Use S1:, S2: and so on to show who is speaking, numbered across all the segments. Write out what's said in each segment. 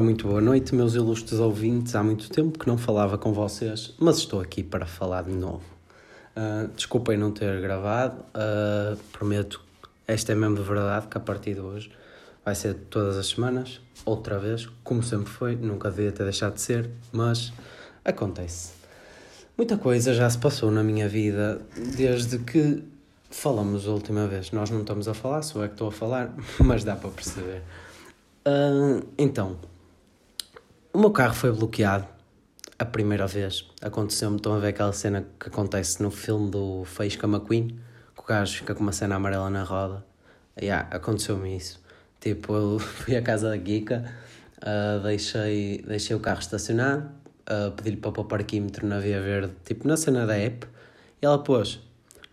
S1: muito boa noite, meus ilustres ouvintes. Há muito tempo que não falava com vocês, mas estou aqui para falar de novo. Uh, desculpem não ter gravado, uh, prometo, esta é mesmo de verdade, que a partir de hoje vai ser todas as semanas, outra vez, como sempre foi, nunca devia ter deixado de ser, mas acontece. Muita coisa já se passou na minha vida desde que falamos a última vez. Nós não estamos a falar, sou eu que estou a falar, mas dá para perceber. Uh, então, o meu carro foi bloqueado a primeira vez. Aconteceu-me, estão a ver aquela cena que acontece no filme do Faísca McQueen, que o gajo fica com uma cena amarela na roda. Yeah, aconteceu-me isso. Tipo, eu fui à casa da Kika, uh, deixei, deixei o carro estacionado, uh, pedi-lhe para pôr parquímetro na Via Verde, tipo na cena da app, e ela pôs.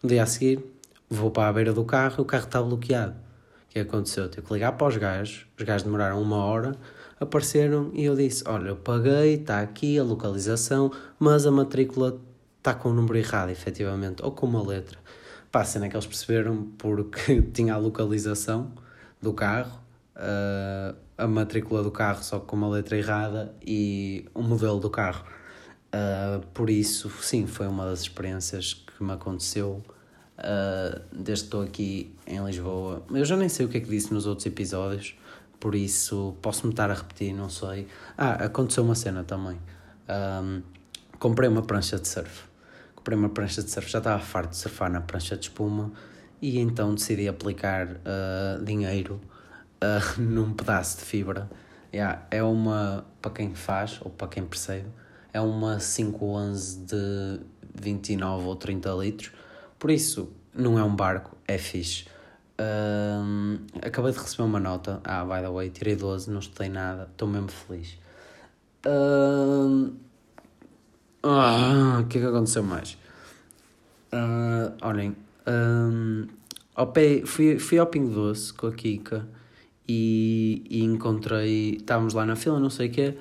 S1: No dia a seguir, vou para a beira do carro e o carro está bloqueado. O que aconteceu? Tive que ligar para os gajos, os gajos demoraram uma hora, apareceram e eu disse: Olha, eu paguei, está aqui a localização, mas a matrícula está com o número errado, efetivamente, ou com uma letra. Pá, a cena é que eles perceberam porque tinha a localização do carro, uh, a matrícula do carro só com uma letra errada e o modelo do carro. Uh, por isso, sim, foi uma das experiências que me aconteceu uh, desde que estou aqui em Lisboa. Eu já nem sei o que é que disse nos outros episódios, por isso posso-me estar a repetir, não sei. Ah, aconteceu uma cena também. Um, comprei uma prancha de surf. Comprei uma prancha de surf, já estava farto de surfar na prancha de espuma e então decidi aplicar uh, dinheiro uh, num pedaço de fibra. Yeah, é uma, para quem faz ou para quem percebe, é uma 511 de 29 ou 30 litros. Por isso, não é um barco, é fixe. Um, acabei de receber uma nota. Ah, by the way, tirei 12, não estudei nada, estou mesmo feliz. Um, ah, o que é que aconteceu mais? Uh, olhem, um, ao pé, fui, fui ao Pingo Doce com a Kika e, e encontrei. Estávamos lá na fila, não sei o quê,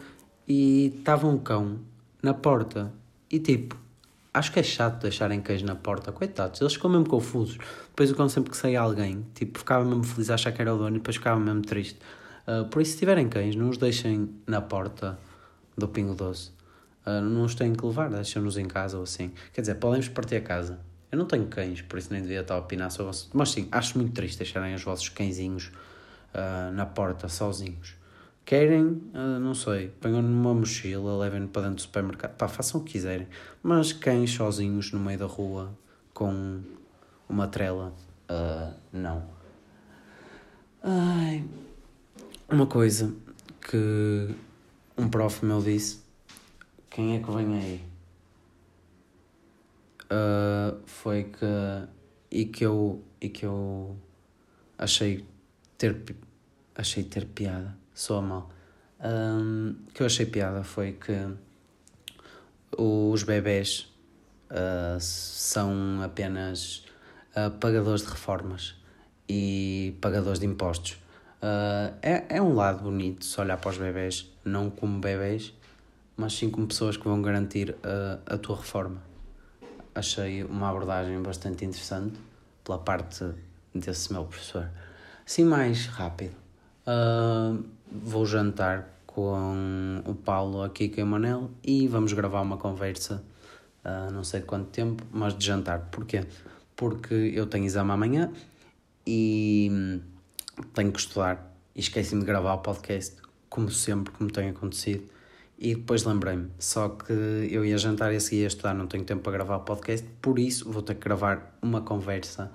S1: e estava um cão na porta. E tipo, acho que é chato deixarem queijo na porta, coitados, eles ficam mesmo confusos. Depois o cão sempre que saía alguém, tipo, ficava mesmo feliz a achar que era o dono e depois ficava mesmo triste. Uh, por isso, se tiverem cães, não os deixem na porta do Pingo Doce. Uh, não os têm que levar, deixem-nos em casa ou assim. Quer dizer, podem-vos partir a casa. Eu não tenho cães, por isso nem devia estar a opinar sobre isso. Mas sim, acho muito triste deixarem os vossos cãezinhos uh, na porta, sozinhos. Querem, ah, não sei, ponham numa mochila, levem-no para dentro do supermercado, pá, façam o que quiserem. Mas cães sozinhos no meio da rua com uma trela, ah, não. Ai. Uma coisa que um prof meu disse: quem é que vem aí? Ah, foi que. E que eu. E que eu. Achei ter. pi- Achei ter piada. Soa mal. Ahm, o que eu achei piada foi que os bebés ah, são apenas ah, pagadores de reformas e pagadores de impostos. Ah, é, é um lado bonito se olhar para os bebés, não como bebés, mas sim como pessoas que vão garantir ah, a tua reforma. Achei uma abordagem bastante interessante pela parte desse meu professor. Sim, mais rápido. Ah, vou jantar com o Paulo aqui com o Manel e vamos gravar uma conversa, ah, não sei quanto tempo, mas de jantar. Porquê? Porque eu tenho exame amanhã e hum, tenho que estudar e esqueci-me de gravar o podcast, como sempre, como tem acontecido. E depois lembrei-me, só que eu ia jantar e a seguir ia estudar, não tenho tempo para gravar o podcast, por isso vou ter que gravar uma conversa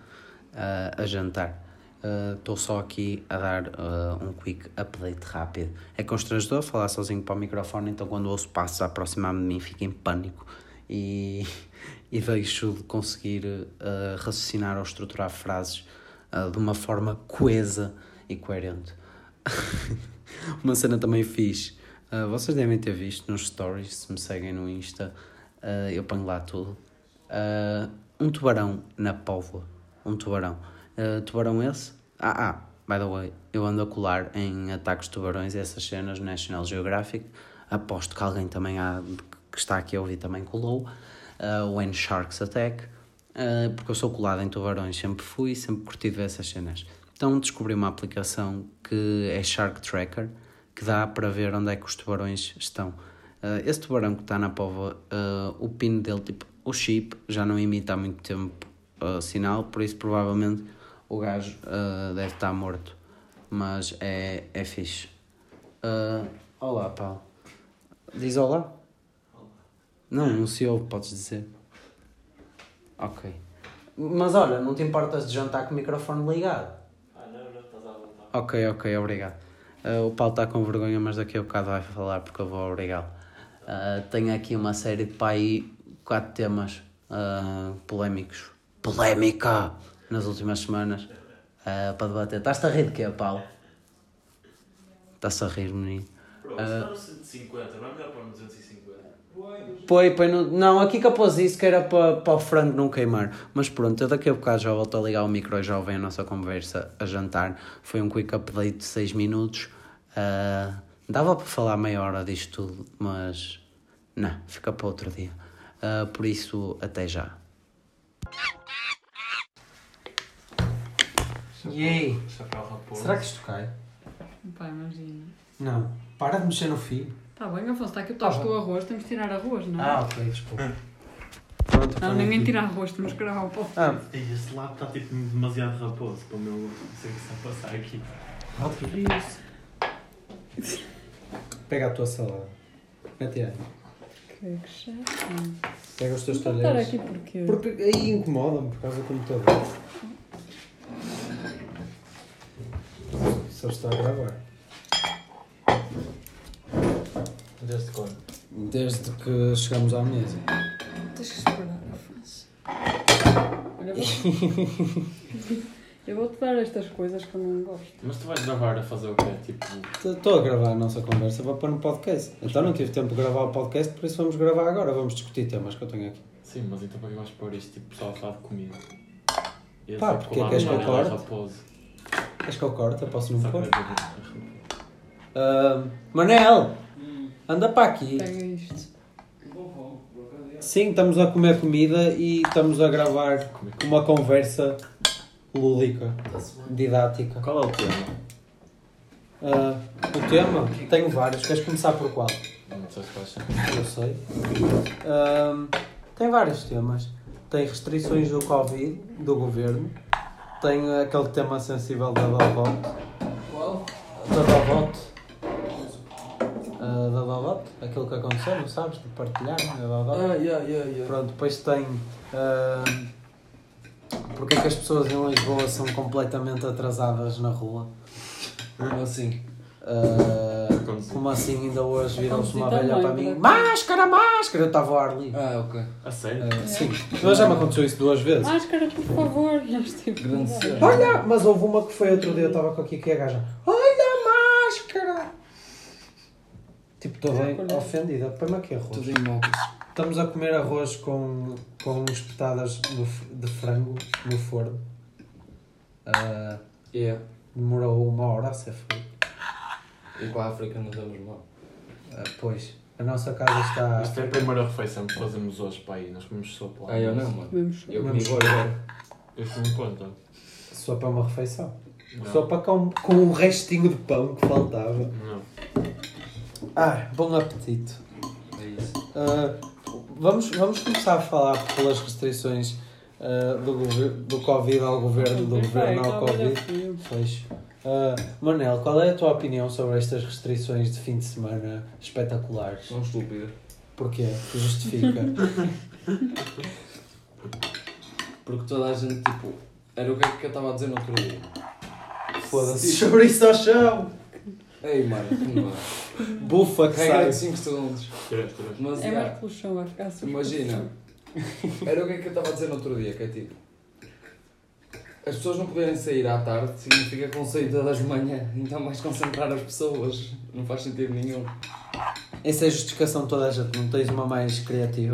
S1: ah, a jantar. Ah, Estou só aqui a dar ah, um quick update rápido. É constrangedor falar sozinho para o microfone, então quando ouço passos a aproximar-me de mim fico em pânico e, e deixo de conseguir ah, raciocinar ou estruturar frases ah, de uma forma coesa e coerente. Uma cena também fiz. vocês devem ter visto nos stories, se me seguem no Insta, ah, eu ponho lá tudo. Ah, um tubarão na póvoa. Um tubarão. Ah, tubarão esse? Ah, ah, by the way, eu ando a colar em ataques de tubarões essas cenas no National Geographic. Aposto que alguém também há, que está aqui a ouvir também colou. Ah, When Sharks Attack. Uh,
S2: Ah,
S1: porque eu sou colado em tubarões, sempre fui, sempre curti ver essas cenas. Então descobri uma aplicação que é Shark Tracker,
S2: que dá para ver onde é que os tubarões estão. Ah, esse tubarão que está na pova, ah, o pino dele, tipo, o chip, já não imita há muito tempo ah, sinal, por isso provavelmente o gajo ah, deve estar morto. Mas é, é fixe. Ah, olá, Paulo. Diz olá. Não, não se ouve, podes dizer. Ok. Mas olha, não te importas de jantar com o microfone ligado?
S3: Ah, não, não, estás à vontade.
S2: Ok, ok, obrigado. Ah, o Paulo está com vergonha, mas daqui a bocado vai falar porque eu vou obrigá-lo. Ah, tenho aqui uma série de pai quatro temas ah, polémicos. Polémica! Nas últimas semanas. ah, para debater. Estás-te a rir de quê, Paulo? Estás-te a rir, menino.
S3: Pronto, está no 150, não é melhor pôr no 250?
S2: Põe, põe no... Não, aqui que eu pôs isso que era para, para o frango não queimar. Mas pronto, eu daqui a bocado já volto a ligar o micro e já ouvem a nossa conversa a jantar. Foi um quick update de 6 minutos. Ah, dava para falar meia hora disto tudo, mas não, fica para outro dia. Ah, por isso, até já. E aí?
S3: Chacal raposo.
S2: que isto cai?
S4: Pá, imagina.
S2: Não, para de mexer no fio.
S4: Tá bem, Afonso, está aqui o tosto do arroz, temos que tirar arroz, não é?
S2: Ah,
S5: Ah,
S2: ok, desculpa. Pronto,
S5: tá
S4: não, ninguém tira arroz, temos que gravar o pau.
S2: Ah,
S3: Ei, esse lado está tipo demasiado raposo para o meu. Não sei o que está a passar aqui.
S2: isso. Pega a tua salada. Mete aí.
S4: Que chato.
S2: Pega os teus
S4: Vou estar
S2: talheres.
S4: aqui porque...
S2: Porque aí incomoda-me por causa do computador. Só está a gravar.
S3: Desde quando?
S2: Desde que chegamos à mesa.
S4: Tens que esperar, Afonso. Olha, eu vou-te dar estas coisas que eu não gosto.
S3: Mas tu vais gravar a fazer o quê? Tipo.
S2: Estou a gravar a nossa conversa para pôr no podcast. Então não tive tempo de gravar o podcast, por isso vamos gravar agora. Vamos discutir temas que eu tenho aqui.
S3: Sim, mas então para que vais pôr isto tipo só a falar de comida? E tipo,
S2: Pá,
S3: só
S2: porque
S3: colar
S2: queres
S3: no
S2: que eu
S3: janela
S2: corte?
S3: é raposo.
S2: Queres que eu corte? Eu Posso não
S3: Só
S2: pôr?
S3: que vai ter-
S2: Ah, Manel! Anda para aqui.
S4: Pega isto.
S2: Sim, estamos a comer comida e estamos a gravar uma conversa lúdica, didática.
S3: Qual é o tema?
S2: Ah, o tema? Tenho vários. Queres começar por qual?
S3: Não sei se vais
S2: Eu sei. Ahm, tem vários temas. Tem restrições do Covid, do governo. Tem aquele tema sensível da Davote. Qual? Da Davote. Ah, da Davote? Aquilo que aconteceu, não sabes? De partilhar, da Davote.
S3: yeah, yeah, yeah.
S2: Pronto, depois tem ahm, porque é que as pessoas em Lisboa são completamente atrasadas na rua. Como assim? Ah, como assim ainda hoje virou-se uma velha para mim? Máscara, máscara! Eu estava ao ar livre.
S5: Ah, ok.
S3: A sério?
S2: Ah, sim, mas já me aconteceu isso duas vezes.
S4: Máscara, por favor. Não estive
S5: Grande cena.
S2: Olha, mas houve uma que foi outro dia, eu estava com aqui que a gaja. Olha a máscara! Tipo, estou bem ofendida. Põe-me aqui arroz.
S5: Tudo em móveis.
S2: Estamos a comer arroz com, com espetadas no f- de frango no forno. Ah,
S5: Yeah.
S2: demorou uma hora a ser feito.
S5: E com a África não damos mal.
S2: Ah, pois, a nossa casa está.
S3: Isto é a primeira refeição que fazemos hoje para aí. Nós comemos sopa. lá.
S5: Ah, eu não, mano.
S4: Vamos.
S5: Eu
S2: Vamos.
S5: comi agora.
S3: Eu fui-me conta.
S2: Sopa é uma refeição.
S3: Não.
S2: Sopa com, com um restinho de pão que faltava.
S3: Não.
S2: Ah, bom apetite.
S5: É isso.
S2: Ah, vamos, vamos começar a falar pelas restrições ah, do, gover- do Covid ao governo, do governo ao Covid. Pois. Ah, Manel, qual é a tua opinião sobre estas restrições de fim de semana espetaculares?
S5: São estúpidas.
S2: Porquê? Justifica.
S5: Porque toda a gente, tipo, era o que é que eu estava a dizer no outro dia.
S2: Foda-se.
S5: Sim.
S2: Chouriço ao chão!
S5: Ei, mano, como é?
S2: Bufa que
S5: Regra
S2: sai.
S5: de 5 segundos.
S3: Três, três.
S5: Mas,
S4: É mais
S5: yeah,
S4: pelo chão, vai ficar assim.
S5: imagina. Era o que é que eu estava a dizer no outro dia, que é tipo... As pessoas não poderem sair à tarde significa que vão sair todas de manhã. Então vais concentrar as pessoas. Não faz sentido nenhum.
S2: Essa é a justificação de toda a gente, não tens uma mais criativa.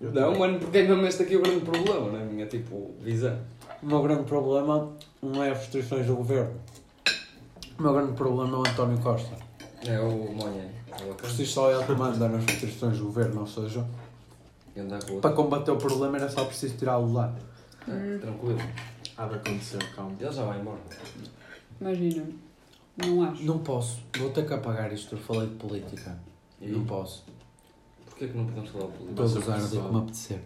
S3: Eu
S5: Não,
S3: também.
S5: mano, porque é mesmo este aqui o grande problema, não é? Minha, tipo, visão.
S2: O meu grande problema não é as restrições do governo. O meu grande problema é o António Costa.
S5: É o Monha. É o
S2: Porque isto só é ele que manda nas restrições do governo, ou seja,
S5: E andar com o
S2: para
S5: outro. Ah,
S2: combater o problema era só preciso tirá-lo lá.
S5: Tranquilo.
S3: Há de acontecer, calma.
S5: Ele já vai embora.
S4: Imagina. Não acho.
S2: Não posso. Vou ter que apagar isto. Eu falei de política.
S5: E
S2: Não posso.
S5: porquê que não podemos falar de política?
S2: Estou a gozar a dizer como apetecer.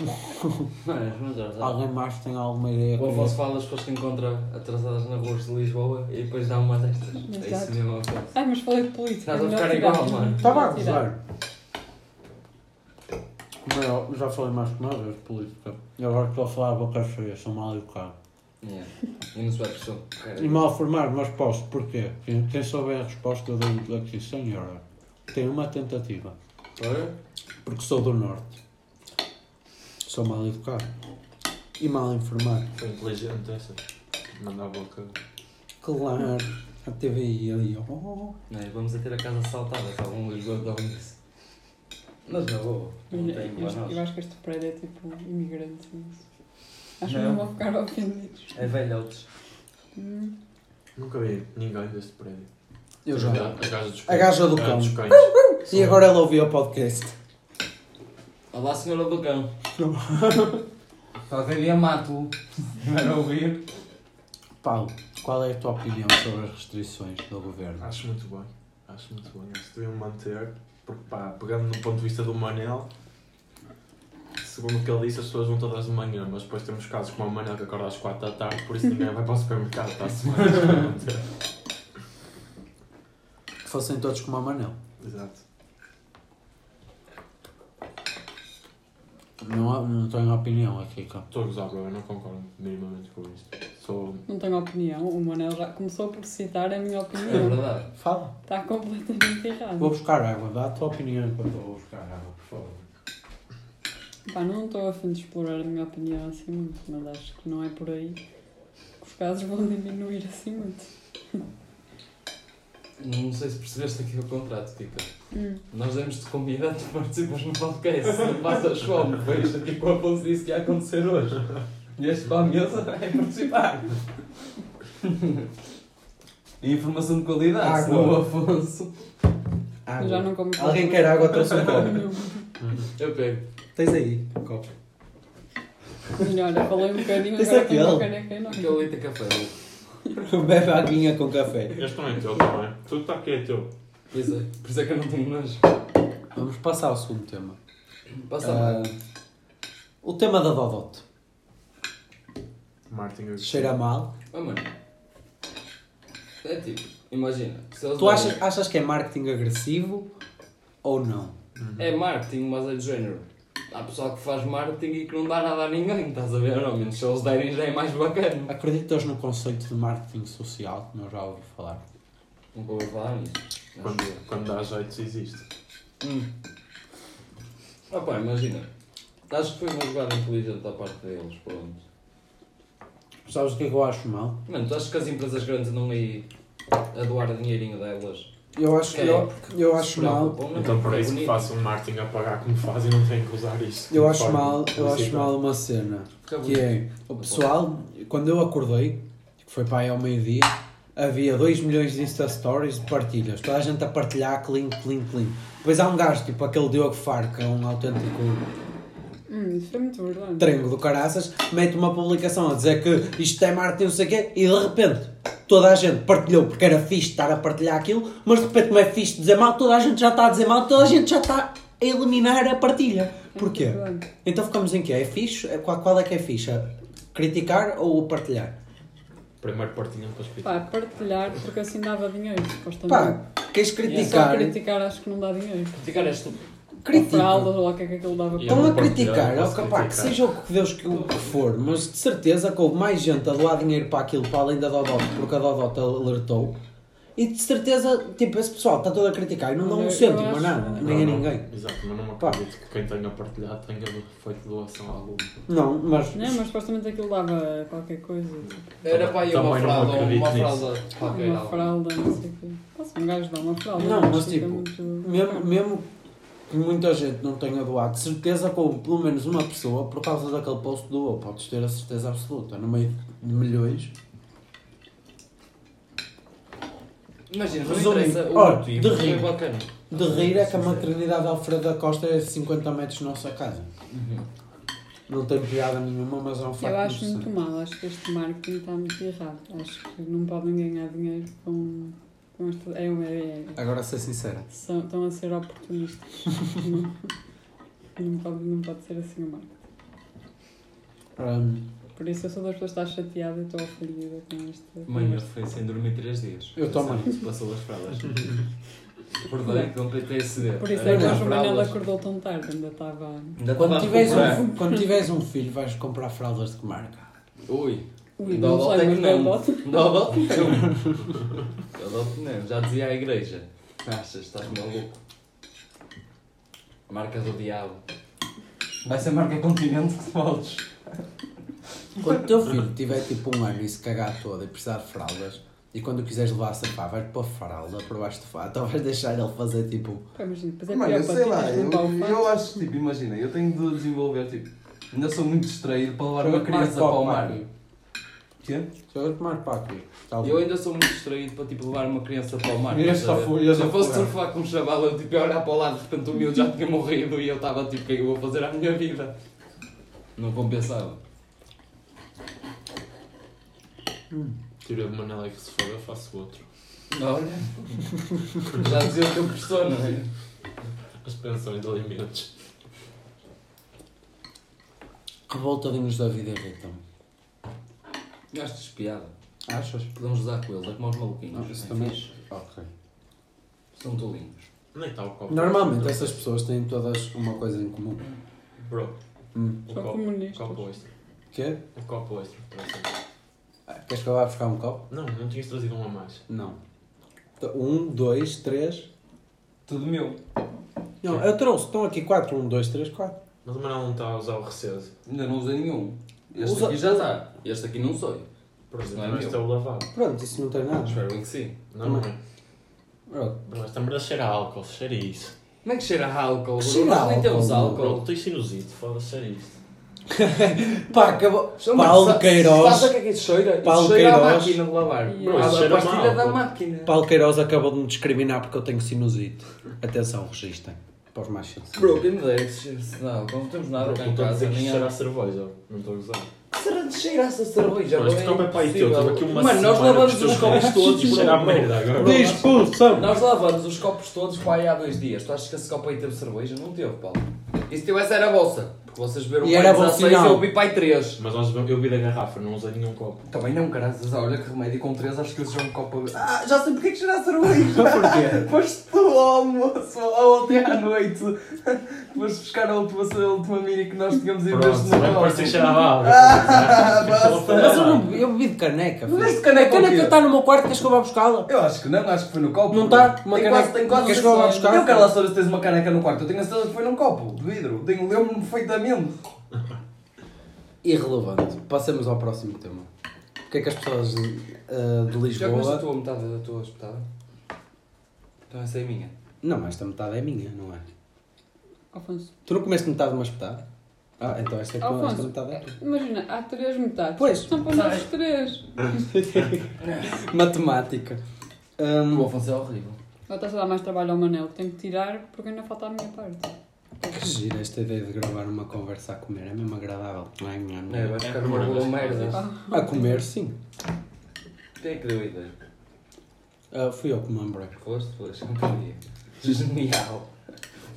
S5: Mas, é? mas, mas,
S2: Alguém mais tem alguma ideia?
S5: O
S2: que-
S5: Afonso fala as pessoas que é? encontra atrasadas nas ruas de Lisboa e depois dá uma destas. É isso
S4: Exato.
S5: mesmo, Afonso.
S4: Ai, mas falei de política. é
S5: Estás a
S4: melhor
S5: ficar igual,
S4: tirar.
S5: mano. Tá
S2: Estava a
S4: Melhor tirar.
S2: gozar. Como eu já falei mais que uma vez de política. E agora estou a falar a boca cheia, sou mal educado.
S5: Yeah. E não se vai pessoa. Cara,
S2: E mal formado, mas posso. Porquê? Quem, quem souber a resposta, eu dou aqui, senhora. Tenho uma tentativa.
S5: Ora?
S2: Porque sou do Norte. Sou mal educado. E mal informado.
S3: Foi inteligente essa. Mandar a boca.
S2: Claro. A TVI ali, oh.
S5: Nós vamos a ter a casa assaltada se algum Lisboa dá um isso. Mas na boa. Não
S4: Olha,
S5: tem
S4: Eu, acho- eu
S5: nós.
S4: acho que este prédio é tipo imigrante. não sei. Acho que
S5: Não.
S4: não vão ficar ofendidos.
S5: É velhotes.
S4: Hum.
S3: Nunca vi ninguém deste prédio.
S2: Eu já.
S3: A gaja dos
S2: A gaja do
S3: Ah,
S2: cão.
S3: dos cães.
S2: E agora ela ouviu o podcast.
S5: Olá, senhora do cão. Se alguém dia mato, vai ouvir.
S2: Paulo, qual é a tua opinião sobre as restrições do governo?
S3: Acho muito bem. Acho muito bem. Eles deviam manter. Porque pá, pegando no ponto de vista do Manel, segundo o que ele disse, as pessoas vão todas de manhã, mas depois temos casos como o Manel que acorda às 4 da tarde, por isso ninguém vai para o supermercado para a semana.
S2: Que fossem todos como a Manel.
S3: Exato.
S2: Não, há- não tenho opinião aqui, cá.
S3: Estou a gozar, bro, eu não concordo minimamente com isto. Sou.
S4: Não tenho opinião. O Manel já começou por citar a minha
S5: É
S4: opinião.
S5: verdade.
S2: Fala.
S4: Está completamente errado.
S2: Vou buscar água. Dá a tua opinião enquanto eu vou buscar água, por favor.
S4: Pá, não estou a fim de explorar a minha opinião assim muito, mas acho que não é por aí que os casos vão diminuir assim muito.
S5: Não sei se percebeste aqui o contrato, tipo, Pita.
S4: Hum.
S5: Nós demos-te convidado, tu participas no podcast, não passas fome, foi isto aqui com o Afonso disse que ia acontecer hoje. Vieste para a mesa, é participar. E informação de
S2: Água.
S5: qualidade, senão o Afonso.
S4: Eu já não como
S2: Ah, Alguém quer água? Trouxe um copo.
S4: nenhuma.
S5: Eu pego.
S2: Tens aí. um Copo.
S4: Melhor, eu falei um bocadinho,
S2: Isso
S4: agora
S2: é que
S4: tenho
S2: ele.
S4: uma caneca enorme.
S5: Aquele leite a café.
S2: Bebe aguinha com café.
S3: Este também é teu também. Tudo está aqui é teu.
S5: Pois é, por isso é que eu não tenho nojo.
S2: Vamos passar ao segundo tema.
S5: Passa
S2: Ah,
S5: mal.
S2: o tema da Dodote.
S3: Martin eu-
S2: Cheira mal.
S5: Oh, mano. É tipo, imagina. se eles
S2: Tu
S5: derem-
S2: achas, achas que é marketing agressivo ou não?
S5: É marketing, mas é de género. Há pessoal que faz marketing e que não dá nada a ninguém, estás a ver? Ao menos se eles derem já é mais bacana.
S2: Acreditas no conceito de marketing social que eu já ouvi falar?
S5: Nunca ouvi falar nisso. Mas-
S3: Quando, quando dá jeito, se existe.
S5: Hum. Ah pá, imagina. Acho que foi uma jogada inteligente da parte deles, pronto.
S2: Sabes o que é que eu acho mal?
S5: Mano, tu achas que as empresas grandes andam aí a doar dinheirinho delas?
S2: Eu acho,
S5: É,
S2: eu, eu acho
S5: Se
S2: mal.
S5: preocupam, não é?
S3: Então, para
S5: É
S3: isso que
S5: bonito.
S3: faço um Martin a pagar como faz e não tenho que usar isto.
S2: Eu acho
S3: Concordo.
S2: mal, eu
S3: Sim,
S2: acho
S3: tá.
S2: mal uma cena.
S5: Fica
S2: Que
S5: bonito.
S2: é, o pessoal, quando eu acordei, que foi para aí ao meio-dia, havia 2 milhões de Insta Stories de partilhas. Toda a gente a partilhar, clean, clean, clean. Depois há um gajo, tipo aquele Diogo Faro, que é um autêntico
S4: Hum, isso é muito verdade.
S2: trengo do caraças, mete uma publicação a dizer que isto é marketing, não sei o quê, e de repente toda a gente partilhou porque era fixe estar a partilhar aquilo, mas de repente, como é fixe dizer mal, toda a gente já está a dizer mal, toda a gente já está a eliminar a partilha. Porquê?
S4: verdade.
S2: Então ficamos em quê? É fixe? É- Qual, qual é que é fixe? É Criticar ou partilhar?
S3: Primeiro partilham para explicar.
S4: Pá, partilhar porque assim dava dinheiro, supostamente.
S2: Pá, queres
S4: Só
S2: criticar?
S4: criticar acho que não dá dinheiro.
S5: Ficar é estúpido.
S4: Ou fralda,
S2: Critica.
S4: ou lá o que é que aquilo dava
S3: Yeah.
S2: Estão
S3: Eu
S2: a
S3: não partilho,
S2: criticar,
S3: eu
S2: ó,
S3: posso
S2: capaz, que
S3: criticar.
S2: seja o que Deus que, o que for, mas de certeza que houve mais gente a doar dinheiro para aquilo, para além da Dodota, porque a Dodota alertou. E de certeza, tipo, esse pessoal está todo a criticar e não dá
S4: Olha,
S2: um
S4: eu
S2: cêntimo a
S4: acho-
S2: nada, nem
S3: Não,
S2: a
S3: não.
S2: ninguém.
S3: Exato, mas não
S2: Pá.
S3: acredito que quem tenha partilhado tenha do- feito doação alguma.
S2: Não, mas.
S4: Não, mas supostamente aquilo dava qualquer coisa. tipo,
S5: Era para aí uma
S3: Também não
S5: fralda,
S3: acredito
S5: uma
S3: nisso.
S5: fralda qualquer.
S4: Uma
S5: algo.
S4: fralda, não sei o quê. Nossa, um gajo dá uma fralda.
S2: Não, mas
S4: fica
S2: tipo,
S4: muito-
S2: Mesmo, mesmo que muita gente não tenha doado, de certeza que houve pelo menos uma pessoa, por causa daquele post doou, podes ter a certeza absoluta, no meio de milhões.
S5: Imagina, não
S2: Resumindo,
S5: interessa o
S2: olha,
S5: motivo,
S2: de
S5: foi
S2: rir.
S5: bacana.
S2: De rir é que a maternidade Alfredo da Costa é 50 metros da nossa casa. Não tem piada nenhuma, mas é um facto.
S4: Eu acho muito
S2: interessante.
S4: mal, acho que este marketing está muito errado. Acho que não podem ganhar dinheiro com, com esta. É uma. É,
S2: Agora, ser sincera.
S4: são, estão a ser oportunistas. não, não, pode, não pode ser assim o marketing.
S2: hum,
S4: Por isso eu sou das pessoas que está chateada e estou ofendida com este.
S5: Mãe, ele foi sem dormir 3 dias.
S2: Eu também.
S5: Se passou das fraldas. Verdade, completei esse dedo.
S4: Por isso
S5: Era
S4: é que
S5: das
S4: a Joana
S5: fraldas.
S4: acordou tão tarde, ainda estava.
S5: Ainda
S2: Quando
S5: estava a
S2: tiveres,
S5: recuperar.
S2: um, quando tiveres um filho, vais comprar fraldas de que marca?
S5: Ui,
S4: Ui,
S5: Dó,
S4: não
S5: dó,
S4: sei,
S5: tem
S4: mas
S5: que
S4: dá
S5: não.
S4: dó.
S5: não adoto não. Eu adoto não, já dizia à igreja. Achas, estás maluco? A marca do diabo. Vai ser marca continente que voltes.
S2: Quando o teu filho tiver tipo um ano e se cagar todo e precisar de fraldas, e quando quiseres levar a sapá, vais pôr fralda por baixo do fato, ou vais deixar ele fazer tipo.
S4: Pá, mas depois é
S6: Mano,
S4: pior
S6: eu sei
S4: para
S6: lá,
S4: ti,
S6: eu,
S4: limpar o fato.
S6: eu acho que, tipo, imagina, eu tenho de desenvolver, tipo, ainda sou muito distraído para levar
S2: Sou
S6: uma
S2: eu que
S6: criança para o
S2: marco para o
S6: mar.
S2: Mário.
S6: Quê?
S2: Se eu tomar para aqui, tá
S5: E Eu ainda sou muito distraído para tipo, levar uma criança para o mar.
S6: Eu
S5: estás a
S6: só
S5: ver?
S6: fui- eu
S5: Se
S6: só
S5: eu fosse
S6: fui.
S5: surfar com um chaval, eu tipo, ia olhar para o lado, de repente o miúdo já tinha morrido e eu estava tipo, o que é que eu vou fazer à minha vida? Não compensava.
S3: Tirei de Manela e que se for, eu faço outro.
S5: Olha, já dizia o teu professor, não é?
S3: As pensões de alimentos.
S2: Revoltadinhos da vida irritam-me.
S5: Gasto despiada.
S2: Achas?
S5: Podemos usar com eles, é como aos maluquinhos.
S2: isso
S5: é
S2: também.
S5: fixe.
S2: Ok.
S5: São tolinhos.
S3: Nem está o copo.
S2: Normalmente essas pessoas têm todas uma coisa em comum.
S3: Bro,
S2: Hum.
S3: o
S4: São
S3: copo, o
S4: comunistas.
S3: copo extra.
S2: Quê?
S3: O copo extra. por exemplo.
S2: Ah, Queres que eu vá buscar um copo?
S3: Não, não tinhas trazido um a mais.
S2: Não. T- Um, dois, três.
S5: Tudo meu.
S2: Não, eu trouxe. Estão aqui quatro. Um, dois, três, quatro.
S3: Mas o Manel não está a usar o receso.
S5: Ainda não usei nenhum. Este
S2: Usa-
S5: aqui já está. Este aqui não sou.
S3: Por
S5: Não é
S3: exemplo,
S5: meu.
S3: este é o lavado.
S2: Pronto, isso não tem nada.
S5: Espero bem que sim.
S3: Não, não é.
S2: Bro,
S3: Bro, esta merda cheira a álcool, cheira a isso.
S5: Como é que cheira a álcool?
S2: Cheira
S5: Nós
S2: a
S5: nem temos
S2: álcool.
S3: Bro,
S5: álcool.
S3: tu tens sinusite, foda-se, cheira a isto.
S2: Pá, acabou.
S5: Chama-
S2: Paulo
S5: sa- Sabe o
S2: Queiroz.
S5: que é que isso cheira?
S2: Paulo
S5: isso cheira
S2: Queiroz.
S5: a máquina de lavar.
S4: Bro,
S5: a,
S3: isso
S5: a
S3: cheira
S5: pastilha
S3: mal,
S5: da
S3: pô.
S5: máquina.
S2: Paulo Queiroz acabou de me discriminar porque eu tenho sinusite. Atenção, registrem. Para os mais sensíveis.
S5: Bro, quem me dera que cheira de álcool? Não temos nada
S3: Bro,
S5: cá
S3: não
S5: em
S3: estou a
S5: casa.
S3: dizer que
S5: Nem
S3: isto
S5: há-
S3: cheira a cerveja. Não estou a usar.
S5: Será de cheirar essa cerveja?
S3: Mas
S5: bro?
S3: tu também, pai,
S5: impossível.
S3: teu, teve aqui uma
S5: Mano, nós
S3: semana
S5: lavamos
S3: dos
S5: os
S3: teus
S5: copos
S3: restos
S5: todos,
S3: e
S5: bro.
S3: cheira a merda agora.
S5: Bro, nós-
S2: Expulsão!
S5: Nós lavamos os copos todos pá, aí há dois dias. Tu achas que esse copo aí teve cerveja? Não teve, Paulo. E se tivesse era a vossa. Porque vocês beberam
S2: E
S5: pai
S2: era bom
S5: 16
S2: sinal.
S5: eu vi pai 3.
S3: Mas nós, eu vi da garrafa, não usei nenhum copo.
S6: Também não, caras, olha que remédio com três acho que isso já é um copo. Ah, já sei porque é que cheira a cerveja!
S2: Porquê?
S6: Foste tu ao almoço ou até à noite. Foste buscar a última, a última mini que nós tínhamos
S3: Pronto,
S6: investir no
S3: vai parecer que
S6: negócio.
S3: cheira a
S5: Ah,
S3: né? álcool.
S2: Mas eu, não, eu bebi de caneca.
S6: Mas
S2: filho.
S6: de caneca
S2: A caneca
S6: o quê?
S2: está no meu quarto, queres que eu vá buscá-la?
S6: Eu acho que não, acho que foi no copo.
S2: Não tá? Uma
S6: Tem
S2: caneca-
S6: quase, tem quase
S2: Queres que eu vá buscar?
S6: Eu quero lá saber se tens uma caneca no quarto. Eu tenho a certeza que foi num copo de vidro. Tenho lembro-me perfeitamente.
S2: Irrelevante. Passemos ao próximo tema. O que é que as pessoas eh, de
S5: Já comeste a
S2: Lisboa.
S5: tua metade da tua espetada? Então essa é a minha.
S2: Não, esta metade é minha, não é?
S4: Afonso,
S2: Tu não comeste metade de uma espetada? Ah, então esta, é tua-
S4: Alfonso.
S2: esta metade é tua.
S4: imagina, há três metades.
S2: Pois.
S4: São para nós
S2: Tá.
S4: os três.
S2: Matemática. Hum,
S5: O Afonso é horrível.
S4: Agora estás a dar mais trabalho ao Manel, que tenho que tirar porque ainda falta a minha parte.
S2: É que gira esta ideia de gravar uma conversa a comer. É mesmo agradável. Ai, minha
S5: Não é? Vai
S2: mãe.
S5: ficar
S3: a primeira
S5: uma boa
S3: vez que
S5: merda.
S4: fazes
S2: A comer, sim.
S5: Quem é que deu a ideia?
S2: Ah, fui eu que me lembrei.
S5: Foste, foste, compreendi. Genial.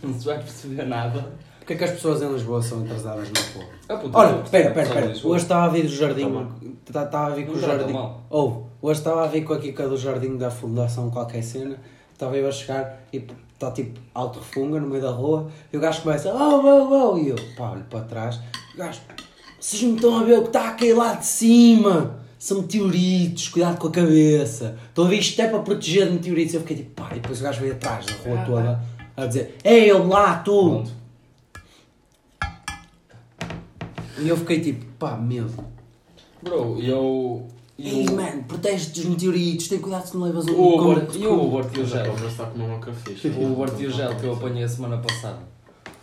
S5: Não se vai perceber nada.
S2: Porquê é que as pessoas em Lisboa são atrasadas na rua?
S5: Ah, puto,
S2: Olha,
S5: eu-
S2: espera, espera, espera.
S5: Lisboa.
S2: Hoje estava a vir do jardim.
S3: Tá
S2: tá- Estava a vir com
S5: Não
S2: o
S5: está tão
S2: jardim.
S5: mal.
S2: Ou, hoje estava a vir com a Kika do jardim da fundação qualquer cena. Estava eu a chegar e está tipo alto refunga no meio da rua. E o gajo começa, oh, oh, oh. E eu, pá, olho para trás. O gajo, vocês não estão a ver o que está a cair lá de cima. São meteoritos, cuidado com a cabeça. Estou a ver isto é para proteger de meteoritos. Eu fiquei tipo, pá, e depois o gajo veio atrás da rua toda a dizer, ei, ele lá, tu.
S5: Pronto.
S2: E eu fiquei tipo, pá, medo.
S5: Bro, eu.
S2: Ei,
S5: eu-
S2: mano, protege dos meteoritos, tem cuidado se não levas um
S5: O
S2: cone
S5: Uber,
S2: de
S5: e o
S2: cu.
S5: Uber tio
S3: Já
S5: gel?
S3: começo a comer um café.
S5: O Uber tio gel que eu apanhei a semana passada.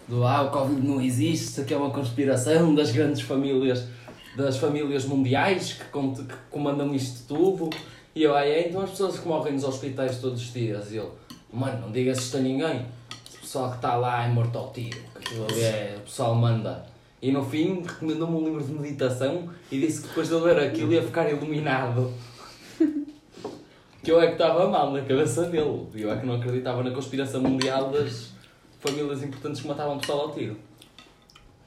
S5: Do ah, o Covid não existe, isso aqui é uma conspiração das grandes famílias, das famílias mundiais que, con- que comandam isto tudo. E eu, ah, é, então as pessoas que morrem nos hospitais todos os dias. E ele, mano, não digas isto a ninguém. O pessoal que está lá é morto ao tiro, que aquilo ali é, o pessoal manda. E no fim recomendou-me um livro de meditação e disse que depois de eu ler aquilo ia ficar iluminado. Que eu é que estava mal na cabeça dele. E eu é que não acreditava na conspiração mundial das famílias importantes que matavam pessoal ao tiro.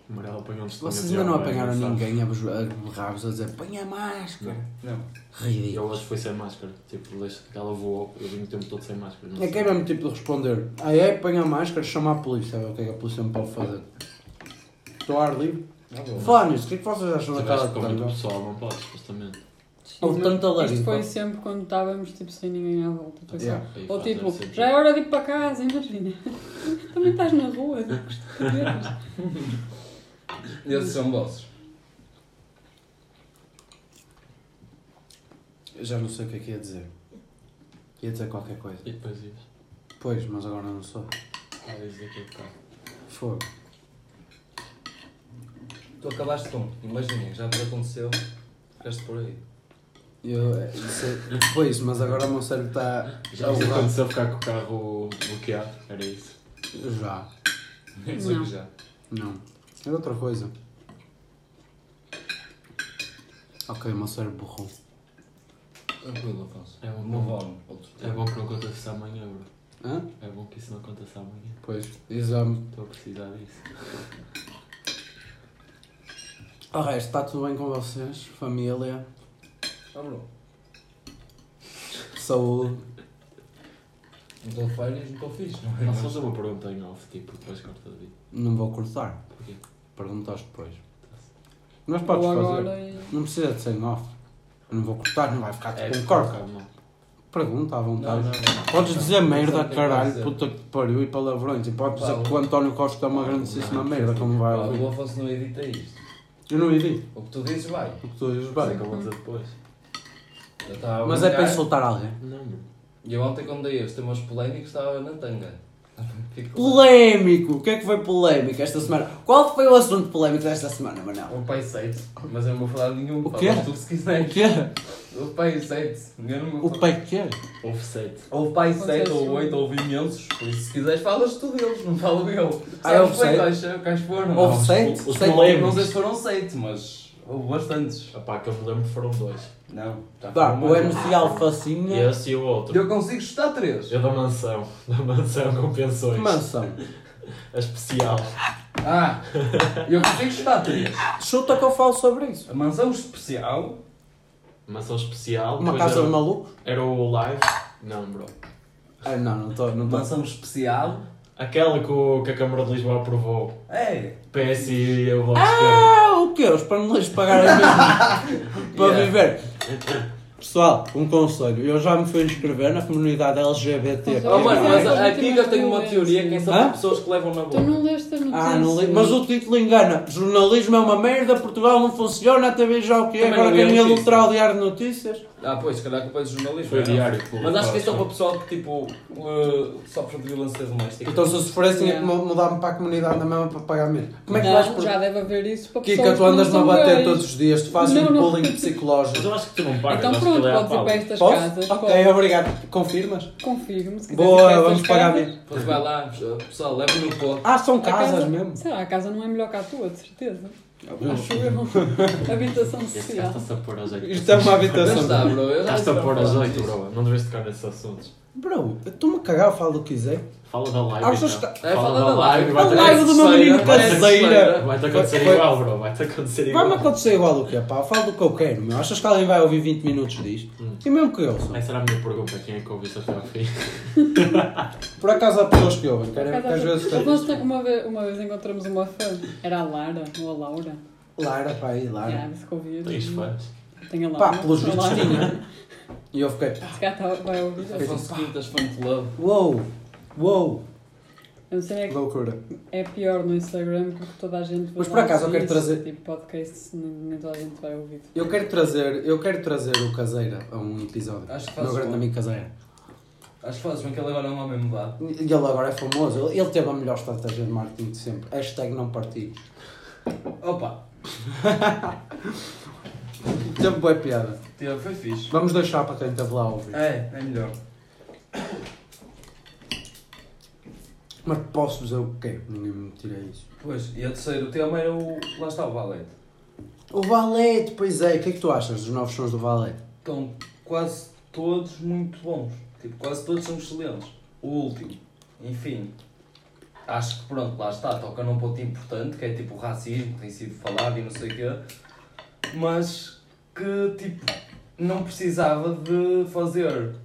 S3: Amarelo apanhou-nos
S2: Vocês ainda não apanharam ninguém a vos- a borrar-vos a dizer põe a máscara.
S5: Não.
S3: E ele
S2: Ridículo.
S3: hoje foi sem máscara. Tipo, desde que ela voou, eu vim o tempo todo sem máscara. não
S2: É que é
S3: sei.
S2: mesmo tipo de responder. Ah é, põe a máscara, chama a polícia, sabe o que é que a polícia me pode fazer. Estou a ar livre.
S5: Não vou.
S2: Falar nisso, o que é que vocês acham daquela
S3: Tiveste com muito
S2: coisa?
S3: pessoal, não podes, supostamente.
S2: Houve tanta larica.
S4: Isto foi sempre quando estávamos tipo, sem ninguém à volta. Foi só-
S2: Yeah.
S3: Aí
S4: Ou
S3: faz
S4: tipo,
S3: deve ser
S4: já é hora de ir para casa, imagina. Também estás na rua.
S5: E esses são vossos.
S2: Eu Já não sei o que é que ia dizer. Ia dizer qualquer coisa.
S3: E depois isso.
S2: Pois, mas agora não sou.
S3: Ah, isso daqui a bocado.
S2: Fogo.
S5: Tu acabaste com. Imaginem, já vos aconteceu. Ficaste por aí.
S2: Eu, é, isso é- pois, mas agora o meu cérebro tá está.
S3: Já vos aconteceu ficar com o carro bloqueado? Era isso.
S2: Já.
S5: Não sei
S2: é
S4: Não.
S5: que já.
S2: Não. É outra coisa. Ok, o meu cérebro borrou.
S5: Tranquilo, Afonso.
S3: É bom,
S5: Move on. Outro
S3: É bom que não aconteça amanhã, bro.
S2: Hã?
S3: É bom que isso não aconteça amanhã.
S2: Pois, exame.
S3: Estou a precisar disso.
S2: Ao resto, está tudo bem com vocês? Família?
S5: Ah, bro.
S2: Saúde?
S5: Não estou feio, não estou fixe, não é?
S3: Posso fazer uma pergunta em off, tipo, depois corta de vídeo.
S2: Não vou cortar.
S3: Porquê?
S2: Perguntaste depois. Mas podes
S4: Ou
S2: fazer.
S4: agora e.
S2: Não precisa de ser em off. Eu Não vou cortar, não vai ficar
S3: É,
S2: tipo um
S3: corta,
S2: corte.
S3: não.
S2: Pergunta à
S5: Não, não,
S2: vontade.
S5: não.
S2: Podes dizer
S5: Não,
S2: merda,
S5: sabe o que é que
S2: caralho,
S5: dizer.
S2: puta que pariu e palavrões. E podes dizer
S5: Paulo.
S2: que o António Costa é uma grandíssima merda, como vai
S5: Pá,
S2: ouvir.
S5: O Afonso não edita isto.
S2: Eu não edito.
S5: O que tu dizes vai.
S2: O que tu dizes,
S3: Sei
S2: bem.
S3: que eu vou dizer depois.
S5: Eu estava a
S2: Mas é para
S5: brincar.
S2: insultar alguém.
S3: Não, mano.
S5: E eu ontem quando dei os temas polémicos estava na tanga. Fico...
S2: Polémico! O que é que foi polémico esta semana? Qual foi o assunto polémico desta semana, Manel?
S5: O Um pai 7, mas eu não vou falar de nenhum.
S2: O quê?
S5: Falas tu se
S2: O
S5: quiseres.
S2: quê?
S5: O pai 7. Eu não vou
S2: O é pai quê?
S3: Houve sete.
S5: Ou pai
S4: Vocês
S5: 7, ou
S4: são-
S5: 8, ou imensos. Por isso, se quiseres, falas tu deles, não falo eu.
S2: Ah, é o
S5: Sabes bem
S2: sete?
S5: quais, quais foram?
S2: Houve
S5: Não, os-
S2: sete?
S5: Os
S2: Sete?
S5: polémicos. Não sei se foram 7, mas houve bastantes.
S3: Apá, que eu me lembro foram dois.
S5: Não. já
S2: Pá,
S5: foram
S2: o
S5: mais.
S2: MC Alfacinha.
S3: Esse e o outro.
S5: Eu consigo chutar 3.
S3: Eu da mansão. Da mansão com pensões.
S2: Mansão.
S3: A especial.
S5: Ah, eu consigo chutar 3.
S2: Chuta que eu falo sobre isso.
S5: A mansão especial.
S3: Mansão especial.
S2: Uma
S3: depois
S2: casa de
S3: era,
S2: malucos?
S3: era o live. Não, bro.
S2: Ah, não, não estou. Não tô.
S5: Mansão especial.
S3: Aquela que, o- que a Câmara de Lisboa aprovou.
S5: É.
S3: PS e o Bloco de Esquerda.
S2: Ah, o quê? Os panelistas pagaram mesmo para
S5: Yeah.
S2: viver. Pessoal, um conselho. Eu já me fui inscrever na comunidade LGBT.
S4: Mas,
S2: é
S5: Oh, mano, mas
S4: Não,
S5: aqui
S4: mas
S5: eu tenho uma
S4: não é
S5: teoria
S4: assim.
S5: que é só
S2: Hã?
S5: para pessoas que levam na
S4: Tu não
S5: boca.
S4: leste a notícia.
S2: Ah, não li- mas o título engana. Jornalismo é uma merda, Portugal não funciona, a TV já o que é.
S5: Também
S2: Agora
S5: não li a
S2: quem
S5: notícia.
S2: adulterar o diário de notícias.
S5: Ah, pois, se calhar culpa de jornalismo.
S3: Foi
S5: não?
S3: diário. que
S5: Mas acho que é só
S3: publicou,
S5: para o pessoal que, tipo, uh, sofre de violência doméstica.
S2: Então se eu sofresse tinha que
S4: Yeah.
S2: mu- mudar-me para a comunidade na mesma para pagar mesmo. Como é que
S4: Não,
S2: vais por...
S4: já deve haver isso para pessoas
S2: Kika, tu
S4: que não
S2: andas-me a
S4: são
S2: bater
S4: gays.
S2: todos os dias, tu fazes
S4: Não,
S2: um
S4: não.
S2: bullying
S3: Mas
S2: psicológico.
S3: eu acho que tu não pagas.
S4: Então
S3: acho
S4: pronto,
S3: que ele é a
S4: podes ir
S3: pau.
S4: para estas
S2: Posso?
S4: casas.
S2: ok,
S4: pode.
S2: obrigado. Confirmas?
S4: Confirmo, se quiser. ir
S2: Boa,
S4: para
S2: vamos
S4: estas
S2: pagar
S4: casas.
S2: mesmo.
S5: Pois vai lá, uh, pessoal, leva-me no pó.
S2: Ah, são
S4: A
S2: casas
S4: casa-
S2: mesmo.
S4: Sei lá, a casa não é melhor que a tua, de certeza. Acho eu. Habitação
S3: Este gajo
S4: social.
S3: está-se a pôr aos oito.
S2: Isto é uma
S5: Mas
S2: habitação.
S5: está, bro. eu já
S3: Estás-te a
S5: estou
S3: pôr aos
S5: falar
S3: oito,
S5: disso.
S3: bro. Não deves tocar nesses assuntos.
S2: Bro, eu estou-me a cagar, eu falo o que quiser.
S3: Fala da live.
S2: Ah, mas
S3: então.
S2: está-
S5: É, fala da live.
S3: vai-te
S2: A live do meu menino
S5: Terceira, parece
S2: caseira.
S5: terceira.
S3: Vai-te acontecer
S2: Foi-
S3: igual, bro. Vai-te acontecer
S2: Vai-me
S3: igual.
S2: acontecer igual o que é, pá. Eu Falo do que eu quero, meu. Achas que alguém vai ouvir 20 minutos disto?
S3: Hum.
S2: E mesmo que eu sou.
S3: Essa era a minha pergunta. Quem é que ouviste até ao fim?
S2: Por acaso há pessoas que ouvem,
S3: tá
S2: querem
S4: Por
S2: que às
S4: acaso,
S2: vezes.
S4: Afonso, tem- uma, vez, uma vez encontramos uma fã, era a Lara, ou a Laura,
S2: Lara, pá, aí, Lara.
S4: já, disse que ouvia.
S3: Tens fãs?
S4: Tem a Laura.
S2: Pá, pelos
S4: a
S2: vistos né?
S4: Laura.
S2: tinha. E eu fiquei, pá,
S4: Se calhar tá- vai ouvir.
S5: Afonso Quintas, fan club.
S2: uou, uou,
S4: Eu não sei, é,
S2: que loucura.
S4: que é pior no Instagram porque toda a gente vai
S2: Mas por
S4: lá
S2: acaso eu
S4: ouvir
S2: quero
S4: isso,
S2: trazer-
S4: Tipo, podcasts, nem- nem toda a gente vai ouvir.
S2: Eu quero trazer, eu quero trazer o Caseira a um episódio.
S5: Acho que
S2: Meu
S5: fazes
S2: grande
S5: bem.
S2: amigo Caseira.
S5: Acho que fazes bem que ele agora é um homem mudado.
S2: E Ele agora é famoso, ele ele teve a melhor estratégia de marketing de sempre. Hashtag não partidos.
S5: Opa,
S2: Teve boa piada.
S5: teve, foi fixe.
S2: Vamos deixar para quem esteve lá a ouvir.
S5: É, é melhor.
S2: Mas posso dizer o que quero, ninguém me tira isso.
S5: Pois, e a terceiro tema era o. Lá está o valete.
S2: O valete, pois é, o que é que tu achas dos novos sons do valete?
S5: Estão quase todos muito bons. Tipo, quase todos são excelentes. O último, enfim. Acho que pronto, lá está, toca num ponto importante, que é tipo o racismo, que tem sido falado e não sei o quê. Mas que tipo, não precisava de fazer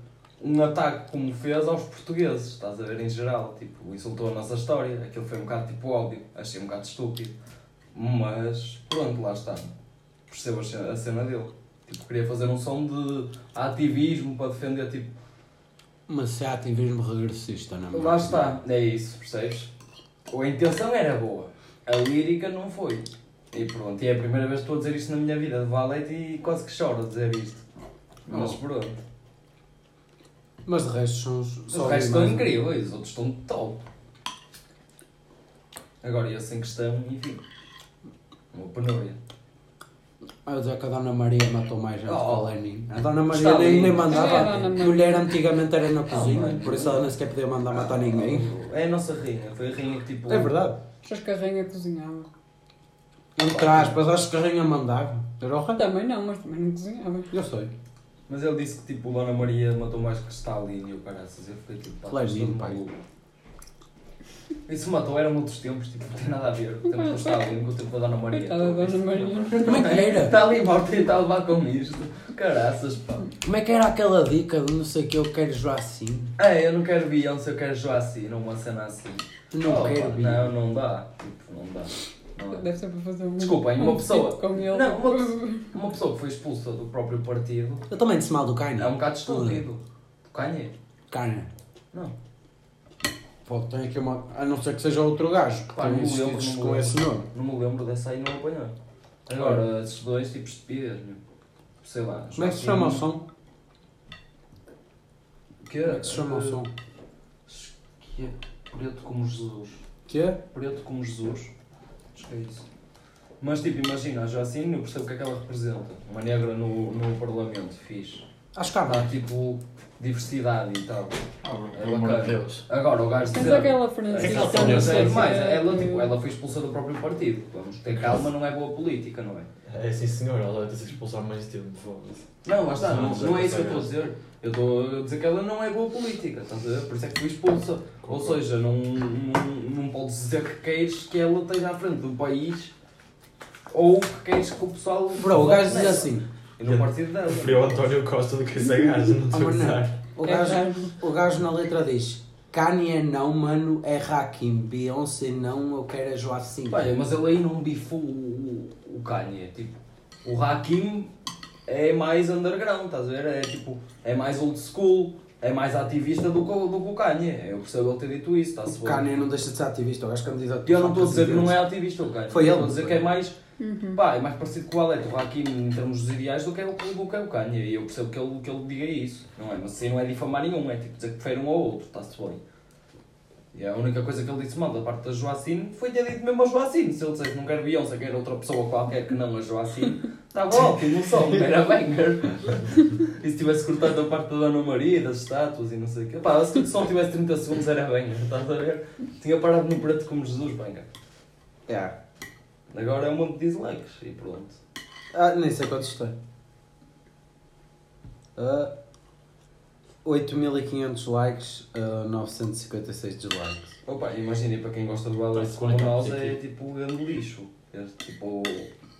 S5: um ataque como fez aos portugueses, estás a ver em geral, tipo, insultou a nossa história, aquilo foi um bocado tipo óbvio, achei um bocado estúpido, mas pronto, lá está, percebo a cena- a cena dele, tipo, queria fazer um som de ativismo para defender, tipo,
S1: Mas se há ativismo regressista, não é?
S5: lá está, é isso, percebes? A intenção era boa, a lírica não foi, e pronto, e é a primeira vez que estou a dizer isto na minha vida, de valete e quase que choro a dizer isto, mas pronto.
S2: Mas de resto são só. um.
S5: Os restos estão
S2: animais.
S5: incríveis, os outros estão top. Agora, esse em questão, enfim. Uma penúria.
S2: Ah, eu dizer que a Dona Maria matou mais gente que
S5: Oh.
S2: o Lenin. A Dona
S5: Está
S2: Maria nem,
S5: lindo.
S2: nem
S4: É a
S2: mandava.
S4: Dona
S2: A
S4: Maria.
S2: mulher antigamente era na cozinha,
S5: mãe.
S2: por isso ela nem sequer podia mandar matar ninguém.
S5: É a nossa rainha, foi a rainha que tipo.
S2: É verdade.
S4: Achas que a rainha cozinhava?
S2: Entre aspas, acho que a rainha mandava. Era o rei.
S4: Também não, mas também não cozinhava.
S2: Eu sei.
S5: Mas ele disse que tipo, Dona Maria matou mais que Stalin e o caraças. Eu fiquei tipo, pá,
S2: Claro,
S5: estou
S2: lindo, pai.
S5: maluco. Isso matou, eram outros tempos, tipo, não tem nada a ver. O tempo do Stalin com o tempo da Dona Maria.
S4: Coitada da Dona Maria.
S2: Como é que era?
S5: Está ali morta e está a levar com isto. Caraças, pá.
S2: Como é que era aquela dica de não sei o que eu quero jogar assim?
S5: É, eu não quero Beyoncé, eu quero Joaci, não uma cena assim.
S2: Não
S5: Oh,
S2: quero
S5: pá,
S2: vir.
S5: Não, não dá. Tipo, não dá. Não dá.
S4: Deve ser para fazer um.
S5: Desculpem, uma
S4: um
S5: pessoa.
S4: tipo Com ele.
S5: Não, uma pessoa. Uma pessoa que foi expulsa do próprio partido
S2: Eu também disse mal do Kanye.
S5: é um bocado estúpido. Do Kanye?
S2: Kanye.
S5: Não.
S2: Pô, tem aqui uma. A não ser que seja outro gajo que
S5: Pá,
S2: tenha
S5: não me lembro,
S2: existido
S5: não me
S2: com
S5: lembro.
S2: esse nome.
S5: Não me lembro dessa aí, não apanhar. Agora, esses dois tipos de pias, meu. sei lá.
S2: Como é que se chama o
S5: Joaquim-
S2: som?
S5: Que,
S2: Como é que se chama o
S5: eh,
S2: som?
S5: Que é preto como Jesus.
S2: Que é?
S5: preto como Jesus. Acho que é isso. Mas tipo, imagina, a Joacine, eu percebo o que é que ela representa. Uma negra no, no parlamento, fixe.
S2: Acho que há
S5: Há
S2: mais.
S5: tipo diversidade e tal.
S3: Ah, bro,
S5: É
S3: pelo amor
S5: bacana.
S3: de Deus.
S5: Agora o gajo
S4: Mas
S5: dizer-
S4: aquela É.
S3: É que
S4: francesa.
S3: ela
S5: Ela
S3: tem
S5: não
S3: uma
S5: sei mais,
S4: que-
S5: ela, tipo, ela foi expulsa do próprio partido. Vamos ter calma, não é boa política, não é?
S3: É sim senhor, ela deve ter sido expulsa há mais tempo, foda-se.
S5: Não, lá está, não,
S3: Sim,
S5: não é isso que eu estou a
S3: sim.
S5: dizer. Eu estou a dizer que ela não é boa política, estás a ver? Por isso é que foi expulsa. Ou seja, não, não, não podes dizer que queres que ela esteja à frente do país ou que queres que o pessoal.
S2: Bro, o
S5: vote
S2: gajo diz
S5: nela.
S2: assim.
S5: E no partido dela.
S3: Preferi o António Costa do que essa gaja, não
S2: Ah,
S3: estou a
S2: mas não.
S3: usar.
S2: O
S4: É
S2: gajo,
S4: raro.
S2: o gajo na letra diz: Kanye é não, mano, é Hakim. Beyoncé não, eu quero é a Joacim.
S5: Bem, mas ele aí não bifou o, o, o Kanye. Tipo, o Hakim é mais underground, estás a ver? É tipo, é mais old school, é mais ativista do que, o- do que o Kanye. Eu percebo ele ter dito isso, está-se
S2: O
S5: bem.
S2: Kanye não deixa de ser ativista, o gajo candidato.
S5: Eu não estou a dizer que não é ativista o Kanye.
S2: Foi ele.
S5: Estou a dizer que é mais.
S4: Uhum.
S5: Pá, é mais parecido com o Alec, o Hakim, em termos dos ideais, do que é o, do que é o Kanye. E eu percebo que ele, que ele diga isso, não é? Mas assim não é difamar nenhum, é tipo dizer que prefere um ao outro, está-se bem. E a única coisa que ele disse mal da parte da Joacine foi ter dito mesmo a Joacine. Se ele dissesse que não quer Beyoncé, quer outra pessoa qualquer que não a Joacine, tá estava ótimo, o som era banger. E se tivesse cortado a parte da Dona Maria, e das estátuas e não sei o quê. Pá, se o som tivesse 30 segundos era banger, estás a ver? Tinha parado no preto como Jesus, banger.
S2: Yeah.
S5: Agora é um monte de dislikes e pronto.
S2: Ah, nem sei quantos tem. Ah, 8.500 likes, ah, 956 dislikes.
S5: Opa, imaginem para quem gosta do Alex
S3: Parece
S5: como nós
S3: 40
S5: é
S3: aqui.
S5: tipo um grande lixo. É, tipo,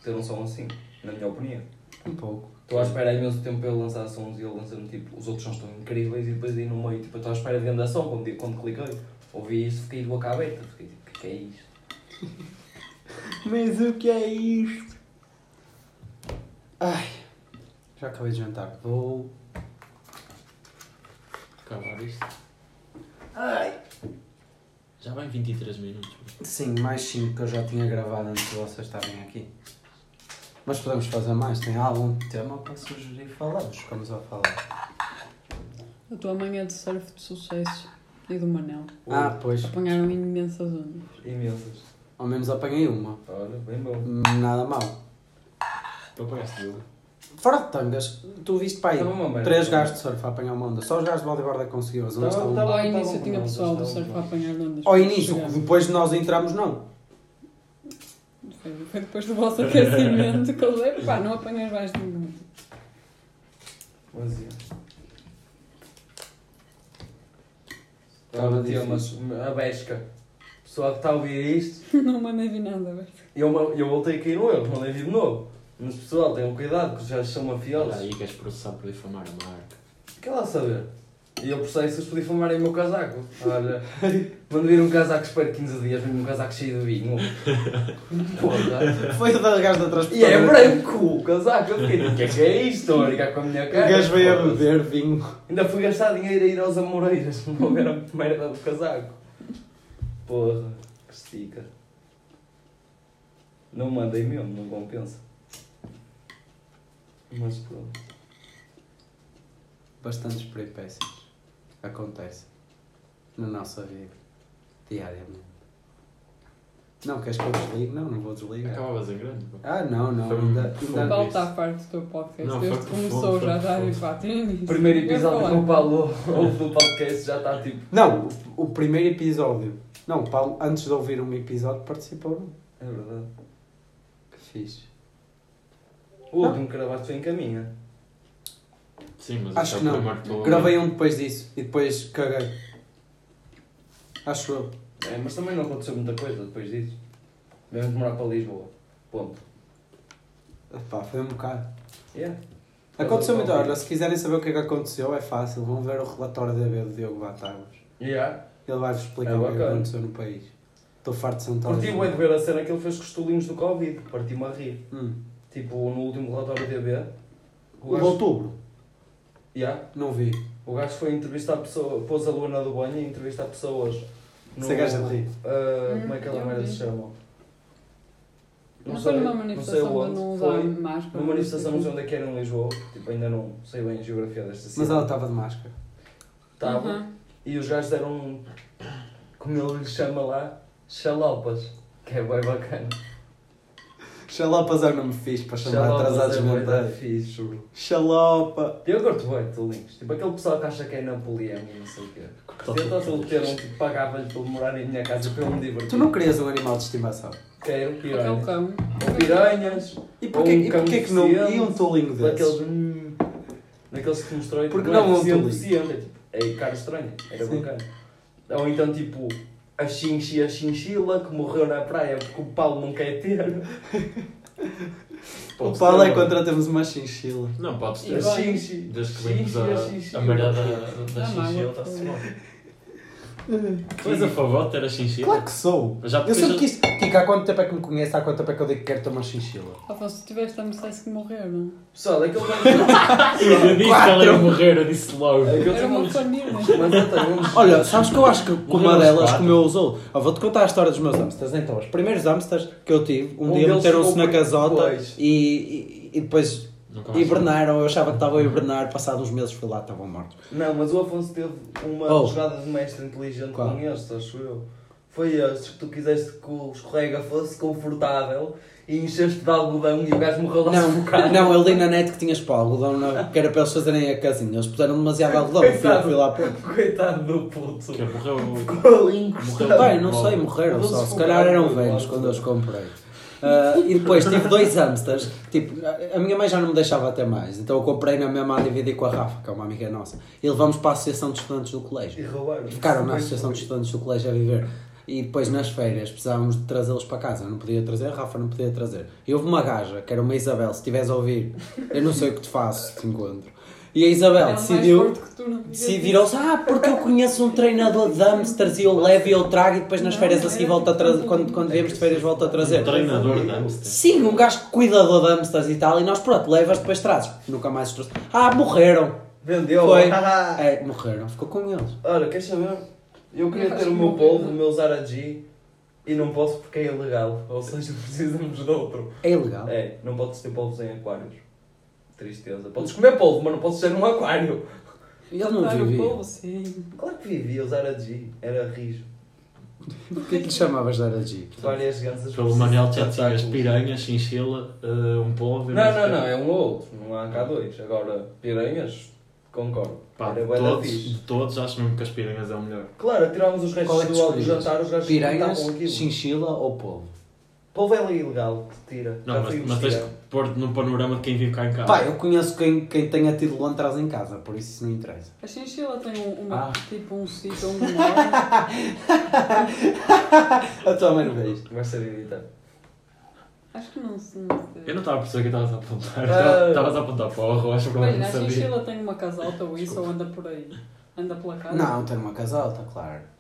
S5: ter um som assim, na minha opinião.
S2: Um pouco.
S5: Estou à espera há imenso tempo para ele lançar sons e ele lança-me tipo, os outros sons estão incríveis e depois aí no meio, tipo, eu estou à espera de grande ação quando, di- quando cliquei. Ouvi isso, fiquei de boca aberta, fiquei tipo, o que é isto?
S2: Mas o que é isto? Ai, já acabei de jantar. Vou.
S3: Acabar isto. Ai! Já vai em 23 minutos. mano.
S2: Sim, mais 5 que eu já tinha gravado antes de vocês estarem aqui. Mas podemos fazer mais, tem algum tema para sugerir? Falamos, ficamos a falar.
S4: A tua mãe é de surf de sucesso e do Manel.
S2: Ah, pois,
S4: Apanharam imensas ondas.
S5: Imensas.
S2: ao menos apanhei uma.
S5: Olha, bem bom.
S2: Nada mal.
S3: Tu apanhaste tudo.
S2: Fora de tangas, tu viste para aí
S5: Estava uma merda.
S2: três gajos de surf a apanhar uma onda. Só os gajos de bodyboard é que conseguiu. As ondas
S7: Estava-
S2: estavam-
S7: estava-
S4: Ao
S7: tá
S4: início
S7: bom,
S4: tinha
S7: não,
S4: pessoal do
S7: está
S4: surf
S7: bom.
S4: a apanhar ondas.
S2: Ao início,
S4: Chegaram.
S2: depois de nós entrarmos, não.
S4: Foi foi depois do vosso aquecimento que eu lembro. Pá, não apanhas mais nenhum.
S7: Vazio.
S5: Estava a
S2: difícil.
S5: mas a besca. O pessoal que está a ouvir isto,
S4: Não mandei vir nada, velho.
S5: eu, ma- eu voltei a cair no erro, mandei vir de novo. Mas pessoal, tenham cuidado, que os gajos são
S3: Olha
S5: mafiosos.
S3: aí que és processado por difamar a marca.
S5: Quer lá saber? E eu processo-os por difamarem o meu casaco. Olha, mando vir um casaco, espero 15 dias, vem um casaco cheio de vinho. Porra.
S2: Foi o da gajo da transportadora.
S5: E é branco o casaco. Eu fiquei, o que é que é isto? Estou a ligar com a minha cara.
S2: O gajo veio a
S5: Porra.
S2: beber vinho.
S5: Ainda fui gastar dinheiro a ir aos Amoreiras, não vou ver a merda do casaco. Porra, que estica. Não mandei mesmo, não compensa. Mas pronto.
S2: Bastantes peripécias acontecem na nossa vida, diariamente. Não, queres que eu desligue? Não, não vou desligar.
S3: Acabavas em grande, pá.
S2: Ah, não, não.
S3: Foi
S2: Ainda,
S3: muito
S2: ainda...
S3: Não,
S4: Paulo
S3: isso.
S4: está a parte do teu podcast.
S3: Não,
S4: Desde
S3: foi
S4: que
S3: profundo,
S4: começou
S3: foi
S4: já dá
S3: profundo.
S4: empate. início.
S5: Primeiro
S4: Eu ia
S5: episódio
S4: falar.
S5: que o Paulo ouve do um podcast já está tipo.
S2: Não, o, o primeiro episódio. Não, o Paulo, antes de ouvir um episódio, participou num.
S5: É verdade.
S2: Que fixe.
S5: O último que gravaste foi em caminha.
S3: Sim, mas
S2: Acho
S3: até
S2: que
S3: o
S2: não.
S3: primeiro tu-
S2: Gravei um depois disso e depois caguei. Acho eu.
S5: É, mas também não aconteceu muita coisa depois disso. Vemos morar para Lisboa. Ponto.
S2: Pá, foi um bocado.
S5: Yeah.
S2: Aconteceu muito. Olha, se quiserem saber o que é que aconteceu, é fácil. Vão ver o relatório da B do Diogo Batáguas.
S5: Yeah.
S2: Ele vai-vos explicar
S5: É
S2: o que é que
S5: bacana.
S2: aconteceu no país. Estou farto de São
S5: Curti bem de ver a cena que ele fez com os tolinhos do Covid. Parti-me a rir.
S2: Hum.
S5: Tipo, no último relatório da TV, o
S2: O de
S5: gajo,
S2: outubro?
S5: Yeah,
S2: Não vi.
S5: o gajo foi entrevistar pessoas, pôs a Luana do banho e entrevistar pessoas. no-
S2: Essa gaja ri.
S5: Ah, como é que
S4: Hum,
S5: aquela
S4: eu
S5: merda
S4: vi.
S5: se chama?
S4: Não foi numa manifestação
S5: não sei
S4: de
S5: onde,
S4: não usar
S5: foi
S4: máscara.
S5: numa manifestação não sei onde é que era em Lisboa, tipo, ainda não sei bem a geografia desta cidade.
S2: Mas ela estava de máscara.
S5: Tava,
S4: Uhum.
S5: E os gajos deram, um- como ele lhe chama lá, xalopas, que é bem bacana.
S2: Xalopas é o nome fixe para chamar atrasados
S5: é
S2: de
S5: bué da
S2: montanha.
S5: fixe, juro.
S2: Xalopa.
S5: Eu curto bem de tolinhos, tipo aquele pessoal que acha que é Napoleão e não sei o quê.
S3: Cortou-te
S5: Eu
S3: o
S5: estou a ter um tipo pagava-lhe para ele morar em minha casa para eu me divertir.
S2: Tu não querias um animal de estimação?
S5: Quero
S4: É o
S5: piranhas.
S4: cão.
S5: Ou piranhas,
S2: E
S5: Ou
S2: porquê,
S5: um
S2: e porquê
S5: cão
S2: que não?
S5: deficiente,
S2: E um tolinho
S5: daqueles.
S2: desses?
S5: Hum, daqueles que te mostrou e
S2: Porque
S5: tu
S2: não um
S5: és deficiente,
S2: tolico?
S5: deficiente. É tipo, é cara estranha, era
S2: Sim.
S5: bacana. Ou então tipo, a chinchi, a chinchila que morreu na praia porque o Paulo não quer ter.
S2: O Paulo é contra termos uma chinchila.
S3: Não, podes
S4: E
S3: ter.
S5: A
S4: vai.
S5: chinchi.
S3: Desde que vemos
S5: Chinchi,
S3: a, a merda da, da
S4: Ah,
S3: chinchila,
S4: mágoa.
S3: está-se bom. Tu és a favor de ter a chinchila?
S2: Claro que sou.
S3: Mas já
S2: Eu
S3: depois
S2: sempre
S3: já-
S2: quis. Kika, há quanto tempo é que me conhece? Há quanto tempo é que eu digo que quero ter uma chinchila?
S4: Afonso, se tiveste a mercesse que morrer, não?
S5: Pessoal, é aquele gajo.
S3: Eu disse que ela ia morrer, eu disse logo.
S5: Aquele
S4: Era uma
S5: gajo.
S4: família.
S5: Mas eu tenho uns-
S2: Olha, sabes que eu acho que com uma
S3: Morreram os
S2: delas
S3: quatro.
S2: comeu os outros. Ah, Vou-te contar a história dos meus hamsters. Então, os primeiros hamsters que eu tive, um,
S5: Um
S2: dia
S5: deles
S2: meteram-se
S5: ficou
S2: na casota
S5: depois.
S2: e, e, e depois
S3: Nunca mais
S2: hibernaram. Eu achava que estavam a hibernar. Passados uns meses fui lá, estavam mortos.
S5: Não, mas o Afonso teve uma
S2: Oh.
S5: jogada de mestre inteligente
S2: Qual?
S5: com este, acho eu. Foi este que tu quiseste que o escorrega fosse confortável e encheste de algodão e o gajo morreu lá
S2: Não,
S5: sufocado.
S2: não, eu li na net que tinhas para o algodão, na- que era para eles fazerem a casinha. Eles puseram demasiado algodão. Fui,
S5: Coitado.
S2: fui lá pôr.
S5: Coitado do puto.
S3: Que morreu.
S5: Ficou ali encostado.
S2: Bem, não sei, morreram só. Se calhar eram velhos quando eu os comprei. Ah, e depois tive dois hamsters. Tipo, a- a minha mãe já não me deixava até mais. Então eu comprei na mesma a dividir com a Rafa, que é uma amiga nossa. E levamos para a Associação de Estudantes do
S5: E
S2: Colégio.
S5: roubaram.
S2: Ficaram na Associação de Estudantes do Colégio a viver. E depois nas férias precisávamos de trazê-los para casa. Eu não podia trazer, a Rafa não podia trazer. E houve uma gaja, que era uma Isabel, se estiveres a ouvir, eu não sei o que te faço se te encontro. E a Isabel
S4: Era mais
S2: decidiu.
S4: forte que tu, não podia
S2: Se
S4: dizer.
S2: virou-se, ah, porque eu conheço um treinador de hamsters e eu levo e eu trago e depois nas
S4: Não,
S2: férias
S4: era
S2: a seguir volto a trazer,
S4: tipo-
S2: quando, quando viemos de férias volto a trazer.
S5: é-
S3: Um treinador de hamster.
S2: Sim, um gajo cuidador de hamsters e tal, e nós pronto, levas, depois trazes. Nunca mais os trouxe. Ah, morreram.
S5: Vendeu.
S2: Foi. É, morreram, ficou com eles.
S5: Olha, queres saber? Eu
S4: Eu
S5: queria
S4: acho
S5: ter o
S4: que
S5: meu
S4: não
S5: polvo,
S4: vendo.
S5: o meu Zara G, e não posso porque é ilegal. Ou seja, precisamos de outro.
S2: É ilegal.
S5: É, não podes ter polvos em aquários. Tristeza. Podes comer polvo, mas não podes ter num aquário.
S2: Ele não
S4: Dar o
S2: vivia.
S4: povo, sim.
S5: Claro que vivia, usar a G. Era rijo.
S2: Porquê que lhe chamavas de Araji?
S5: Várias gansas.
S3: Pelo Manel já tinhas piranhas, chinchila, eh, um povo. e
S5: Não,
S3: mais
S5: não,
S3: o quê.
S5: não, é um ou outro, não há cá dois. Agora, piranhas, concordo.
S3: Pá,
S5: Era bué da fixe.
S3: todos, todos acham mesmo que as piranhas é o melhor.
S5: Claro, tirámos os
S2: Qual
S5: restos
S2: é que tá
S5: do alto
S2: escolhias?
S5: jantar, os gajos
S2: Piranhas,
S5: estavam aquilo.
S2: chinchila ou polvo?
S5: Polvo é ilegal que tira.
S3: Não,
S5: Já
S3: mas,
S5: fui
S3: mas tens
S5: investigar.
S3: que pôr num panorama de quem vive cá em casa.
S2: Pá, eu conheço quem, quem tenha tido lontras em casa, por isso isso não interessa.
S4: A chinchila tem um, uma-
S2: Ah.
S4: tipo um sítio onde
S2: é?
S4: mora.
S2: A tua mãe não vê isto.
S5: Vai ser editado.
S4: Acho que não se. Não se-
S3: Eu não estava a perceber o que estavas a apontar.
S5: Ah.
S3: Estavas a apontar para o arroz, para
S4: Olha,
S3: não
S4: a
S3: sabia.
S4: chinchila tem uma casalta ou isso, ou anda por aí. Anda pela casa.
S2: Não, tem uma casa alta, claro.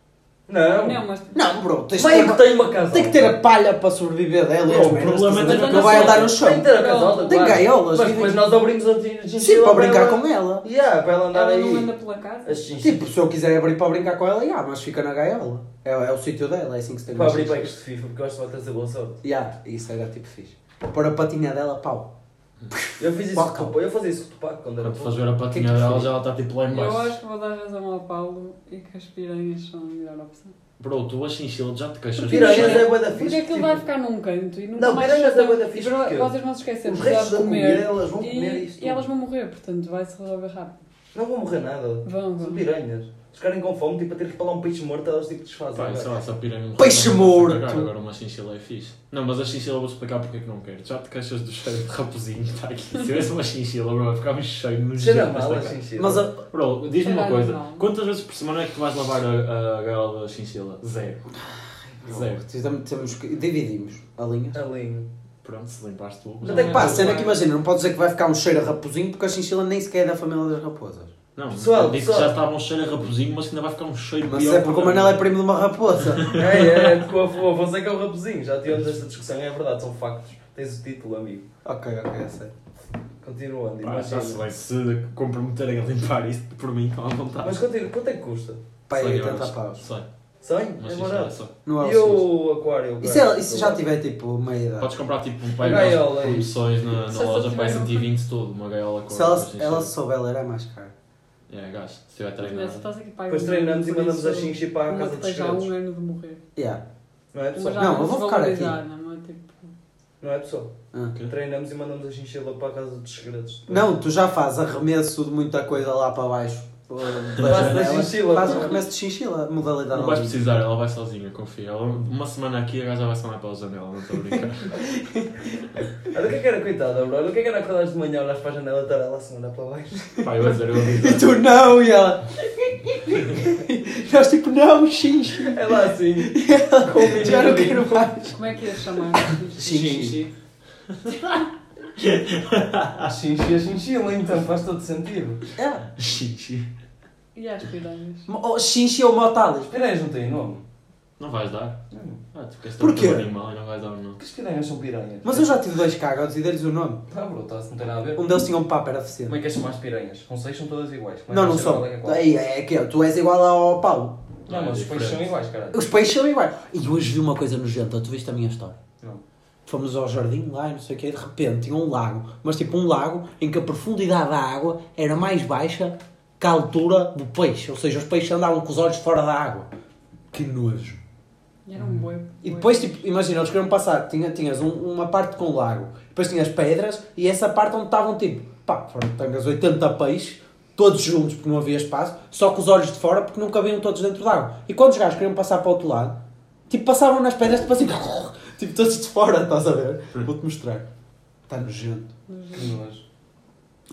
S5: Não!
S4: Não, mas. tipo,
S2: Não, bro, tens
S5: Meio
S2: ter
S5: que
S2: uma-
S5: tem uma casa.
S2: Tem que ter a palha para sobreviver dela. e
S3: Não,
S2: as
S3: o
S2: merdas,
S3: problema
S2: estás a
S3: é
S2: ver?
S3: que
S2: não vai
S3: ela
S2: andar no
S3: não
S2: chão.
S5: Tem que ter a casota,
S2: Tem
S5: claro.
S2: gaiolas,
S5: Mas
S2: vida
S5: depois
S2: que-
S5: nós abrimos a gente.
S2: Sim, para brincar com ela.
S5: Yeah, para ela andar
S4: Ela não
S5: aí.
S4: anda pela casa?
S5: As chinchas.
S2: Tipo, se eu quiser abrir para brincar com ela, já, mas fica na gaiola. É, é o sítio dela, é assim que se tem
S5: Para
S2: mais
S5: abrir
S2: gente.
S5: packs de FIFA, porque eu acho que vai trazer boa sorte.
S2: Já, isso era tipo fixe. Pôr a patinha dela, pau.
S5: Eu fiz isso
S2: Pá,
S5: com o Tupac. Eu fazia isso com o Tupac quando era
S3: Quando
S5: puto.
S3: fores ver a
S2: que
S3: patinha
S2: tu
S3: dela,
S2: fizeste?
S3: já ela está tipo lá em
S4: Eu acho
S3: baixo.
S4: que vou dar razão ao Paulo e que as piranhas são a melhor opção.
S3: Bro, tu a chinchila já te queixas.
S5: Piranhas
S3: do cheiro.
S5: é bué da
S4: Porque
S5: fixe.
S4: aquilo
S5: tipo,
S4: vai ficar num canto e nunca
S5: Não,
S4: mais...
S5: piranhas é bué da
S4: e
S5: fixe,
S4: para-
S5: porque
S4: Vocês vão se esquecer
S5: Os
S4: de
S5: restos da
S4: dar de
S5: comida,
S4: comer
S5: elas vão comer
S4: e,
S5: isto.
S4: e elas vão morrer, portanto vai-se resolver rápido.
S5: Não vão morrer nada.
S4: Vão,
S5: São
S4: vão.
S5: piranhas. Se ficarem com fome, tipo, a ter que falar um peixe morto, elas tipo desfazem.
S3: Pá,
S5: cara.
S3: sei lá, se a piranha não
S2: Peixe
S3: não vai
S2: morto.
S3: cagar, Agora uma chinchila é fixe. Não, mas a chinchila eu vou explicar porque é que não quero. Já te queixas do cheiro de raposinho que está aqui. Se tivesse uma chinchila, bro, vai ficar um cheiro no
S5: Cheira
S3: desta
S5: mal a
S3: casa.
S5: chinchila.
S2: Mas a...
S3: Bro, diz-me uma
S4: Cheira
S3: coisa.
S4: mal.
S3: Quantas vezes por semana é que tu vais lavar a, a gaiola da chinchila? Zero. Zero.
S2: Temos- Temos que... Dividimos a linha.
S5: Alinho.
S3: Pronto, se limpaste tu.
S5: Mas
S2: Até que pá, a
S5: Não,
S2: cena é
S5: não.
S2: que imagina, não pode dizer que vai ficar um cheiro a raposinho porque a chinchila nem sequer é da família das raposas.
S3: Não,
S5: Pessoal,
S3: eu digo
S5: pessoal.
S3: que já estava um cheiro a raposinho, mas que ainda vai ficar um cheiro
S2: Mas
S3: pior
S2: é porque o Manel é primo de uma raposa.
S5: É, é, porque o avô, o avô Zeca é o raposinho. Já tivemos esta discussão, é verdade, são factos. Tens o título, amigo.
S2: ok, ok, eu sei.
S5: Continuando,
S3: Pá, já se
S5: imagina.
S3: vai se comprometerem a limpar isto por mim, estão à vontade.
S5: Mas continua, quanto é que custa?
S2: Pai,
S3: Sei,
S2: 80
S3: mas-
S2: paus.
S3: sei.
S5: 100?
S3: Mas
S5: É
S3: isto
S5: barato.
S3: é só.
S2: Não é o
S5: E
S2: seguinte.
S5: o aquário?
S2: E se, ela- e se é- já tiver tipo meia idade?
S3: Podes comprar tipo um
S5: Gaiola
S3: gaiola
S5: aí.
S3: promoções na,
S4: Se
S3: na
S4: ela
S3: loja,
S4: tiver
S3: para
S4: uma-
S3: 120 tudo, uma gaiola com
S2: Se ela,
S3: com
S2: ela se
S3: chinchila.
S2: souber ler é mais caro.
S3: É, gajo, se tiver
S4: Mas se
S3: treinado.
S4: estás aqui para aí
S5: Depois
S4: um
S5: treinamos e
S4: ano, por
S5: mandamos a
S4: isso,
S5: chinchi para a
S4: uma
S5: casa
S4: que
S5: dos
S4: esteja há um
S5: segredos.
S4: ano de morrer.
S2: Yeah.
S5: Não é
S4: Uma
S5: pessoal?
S4: já
S2: Não, eu vou ficar aqui.
S4: desvalorizada, Não, é tipo...
S5: Não é pessoal?
S2: Ah.
S3: Ok.
S5: Treinamos e mandamos a chinchila para a casa dos segredos.
S2: Não, tu já fazes arremesso de muita coisa lá para baixo. uh, da
S5: Faz da
S2: janela.
S5: chinchila.
S2: Fazes arremesso de chinchila, modalidade
S3: Não vais
S2: olímpica.
S3: precisar, ela vai sozinha, confia. Ela, uma semana aqui a gaja vai se mandar pela janela, não estou a brincar.
S5: Olha o que é que era, coitada, bro. Olha o que é que era acordares de manhã, olhas para a janela e estar ela a semana para baixo.
S3: Pá, eu vou dizer, eu vou
S2: E
S3: dizer.
S2: tu não, e ela. Nós tipo, não, xinxi.
S5: Ela assim.
S2: Já não quero mais.
S4: Como é que ias chamar? Mas
S2: Xinxi.
S5: A chinchila, Ah, a chinchila, então faz todo sentido.
S2: É.
S3: Xixi.
S4: E às piranhas?
S2: Mo- oh, Xinxi ou Motalis.
S5: As piranhas não têm nome.
S3: Não vais dar.
S5: Não.
S3: Ah, tu queres ter
S2: Porquê?
S3: um animal e não vais dar um não.
S5: Que as piranhas são piranhas?
S2: Mas eu já tive dois cagados e dei-lhes o nome.
S5: Ah, bro, tá, não tem nada a ver.
S2: Um deles tinha um papo, era
S5: Como
S2: oficial.
S5: é que as chamar as piranhas? Não sei, são todas iguais. Como é
S2: Não,
S5: que
S2: não
S5: vais saber
S2: são.
S5: qual é que é qual?
S2: Aí, é que é, tu és igual ao Paulo.
S5: Não, mas
S3: É
S5: os peixes são
S3: diferente.
S5: iguais, caralho.
S2: Os peixes são iguais. E hoje vi uma coisa nojenta, tu viste a minha história?
S5: Não.
S2: Fomos ao jardim lá e não sei o quê, e de repente tinha um lago, mas tipo um lago em que a profundidade da água era mais baixa que a altura do peixe. Ou seja, os peixes andavam com os olhos fora da água. Que nojo.
S4: E era um boi.
S2: E
S4: boi.
S2: depois, tipo, imagina, eles queriam passar, tinha, tinhas um- uma parte com lago, depois tinhas pedras e essa parte onde estavam, tipo, pá, foram tangas 80 peixes, todos juntos porque não havia espaço, só com os olhos de fora porque não cabiam todos dentro d'água. E quando os gajos queriam passar para o outro lado, tipo, passavam nas pedras, tipo assim, tipo, todos de fora, estás a ver? Vou-te mostrar. Está nojento.
S5: Que nojo.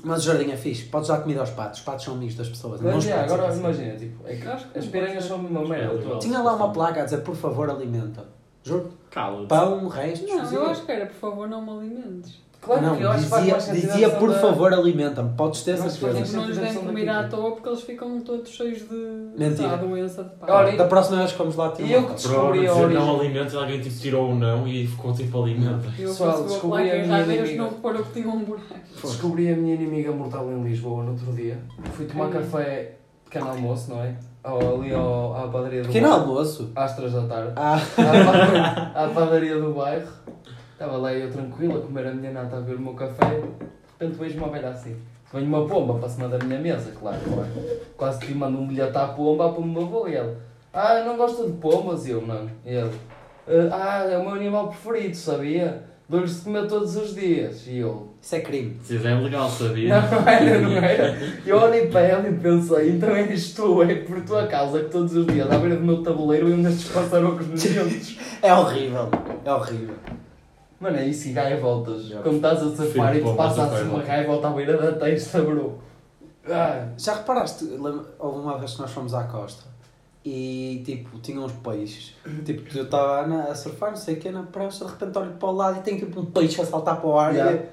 S2: Mas o jardim é fixe, podes dar comida aos patos, os patos são amigos das pessoas. não
S5: Mas
S2: os
S4: é,
S5: já,
S2: patos,
S5: é, agora
S2: assim.
S5: imagina, tipo, é que
S4: Eu acho que
S5: as
S4: não
S5: piranhas
S4: pode
S5: são uma merda. todas.
S2: Tinha lá uma placa a dizer, por favor, alimenta. Juro,
S3: Cala-te.
S2: pão, restos,
S4: Não, eu
S2: cozido.
S4: acho que era, por favor, não me alimentes.
S5: Claro
S2: não,
S5: que eu acho que faz
S2: dizia,
S5: mais sentido a
S2: dizia
S5: versão
S2: por
S5: da-
S2: favor alimenta-me, podes ter
S5: Eu acho que faz
S2: certeza.
S4: Tipo, não lhes
S5: Essa é a
S4: deem comida
S5: daqui.
S4: à toa porque eles ficam todos cheios de
S2: Mentira.
S4: da doença de pau.
S5: Ora,
S2: Da próxima vez que vamos lá
S5: tipo, E eu que
S2: uma foto.
S5: descobri a
S3: Dizer não
S5: origem.
S3: alimento, alguém tipo tirou o não e ficou tipo alimenta.
S4: eu
S5: pessoal,
S4: pessoal,
S5: descobri a
S4: descobri a
S5: minha
S4: minha
S5: inimiga.
S4: não reparou que tinha um buraco.
S5: Descobri a minha inimiga mortal em Lisboa no outro dia. Fui tomar
S2: Hum.
S4: Ai.
S5: café pequeno almoço, não é? Ao- Ali ao, à padaria do
S2: Pequeno
S5: bairro.
S2: almoço.
S5: Às três da tarde.
S2: Ah,
S5: À, pa- à padaria do bairro. Estava lá eu tranquilo a comer a minha nata a ver o meu café. De repente vejo uma velha assim. Venho uma pomba para cima da minha mesa, claro, não é? Quase que lhe mando um bilhete à pomba, a pomba voa e ela. Ah, não gosta de pombas? E eu, mano, e ele. "Eh, Ah, é o meu animal preferido, sabia? Dou-lhes de comer todos os dias. E eu.
S2: Isso é crime.
S3: Isso já é legal, sabia?
S5: Não era, não era. Eu olhei para ela e pensei, então és tu, é por tua causa que todos os dias à beira do meu tabuleiro eu ainda dispensaram com os meus.
S2: É horrível. É horrível.
S5: Mano, é isso e gaivotas.
S3: Já.
S5: Como estás a surfar
S3: Filho,
S5: e
S3: pô,
S5: te passa
S3: mas
S5: assim
S3: eu
S5: uma
S3: quero.
S5: gaivota à beira da testa, bro. Ah,
S2: Já reparaste, lem- houve uma vez que nós fomos à costa e tipo, tinha uns peixes. Tipo, eu estava na- a surfar, não sei o quê, na prancha, de repente olho para o lado e tem tipo um peixe a saltar para o ar.
S5: Yeah.
S2: E eu,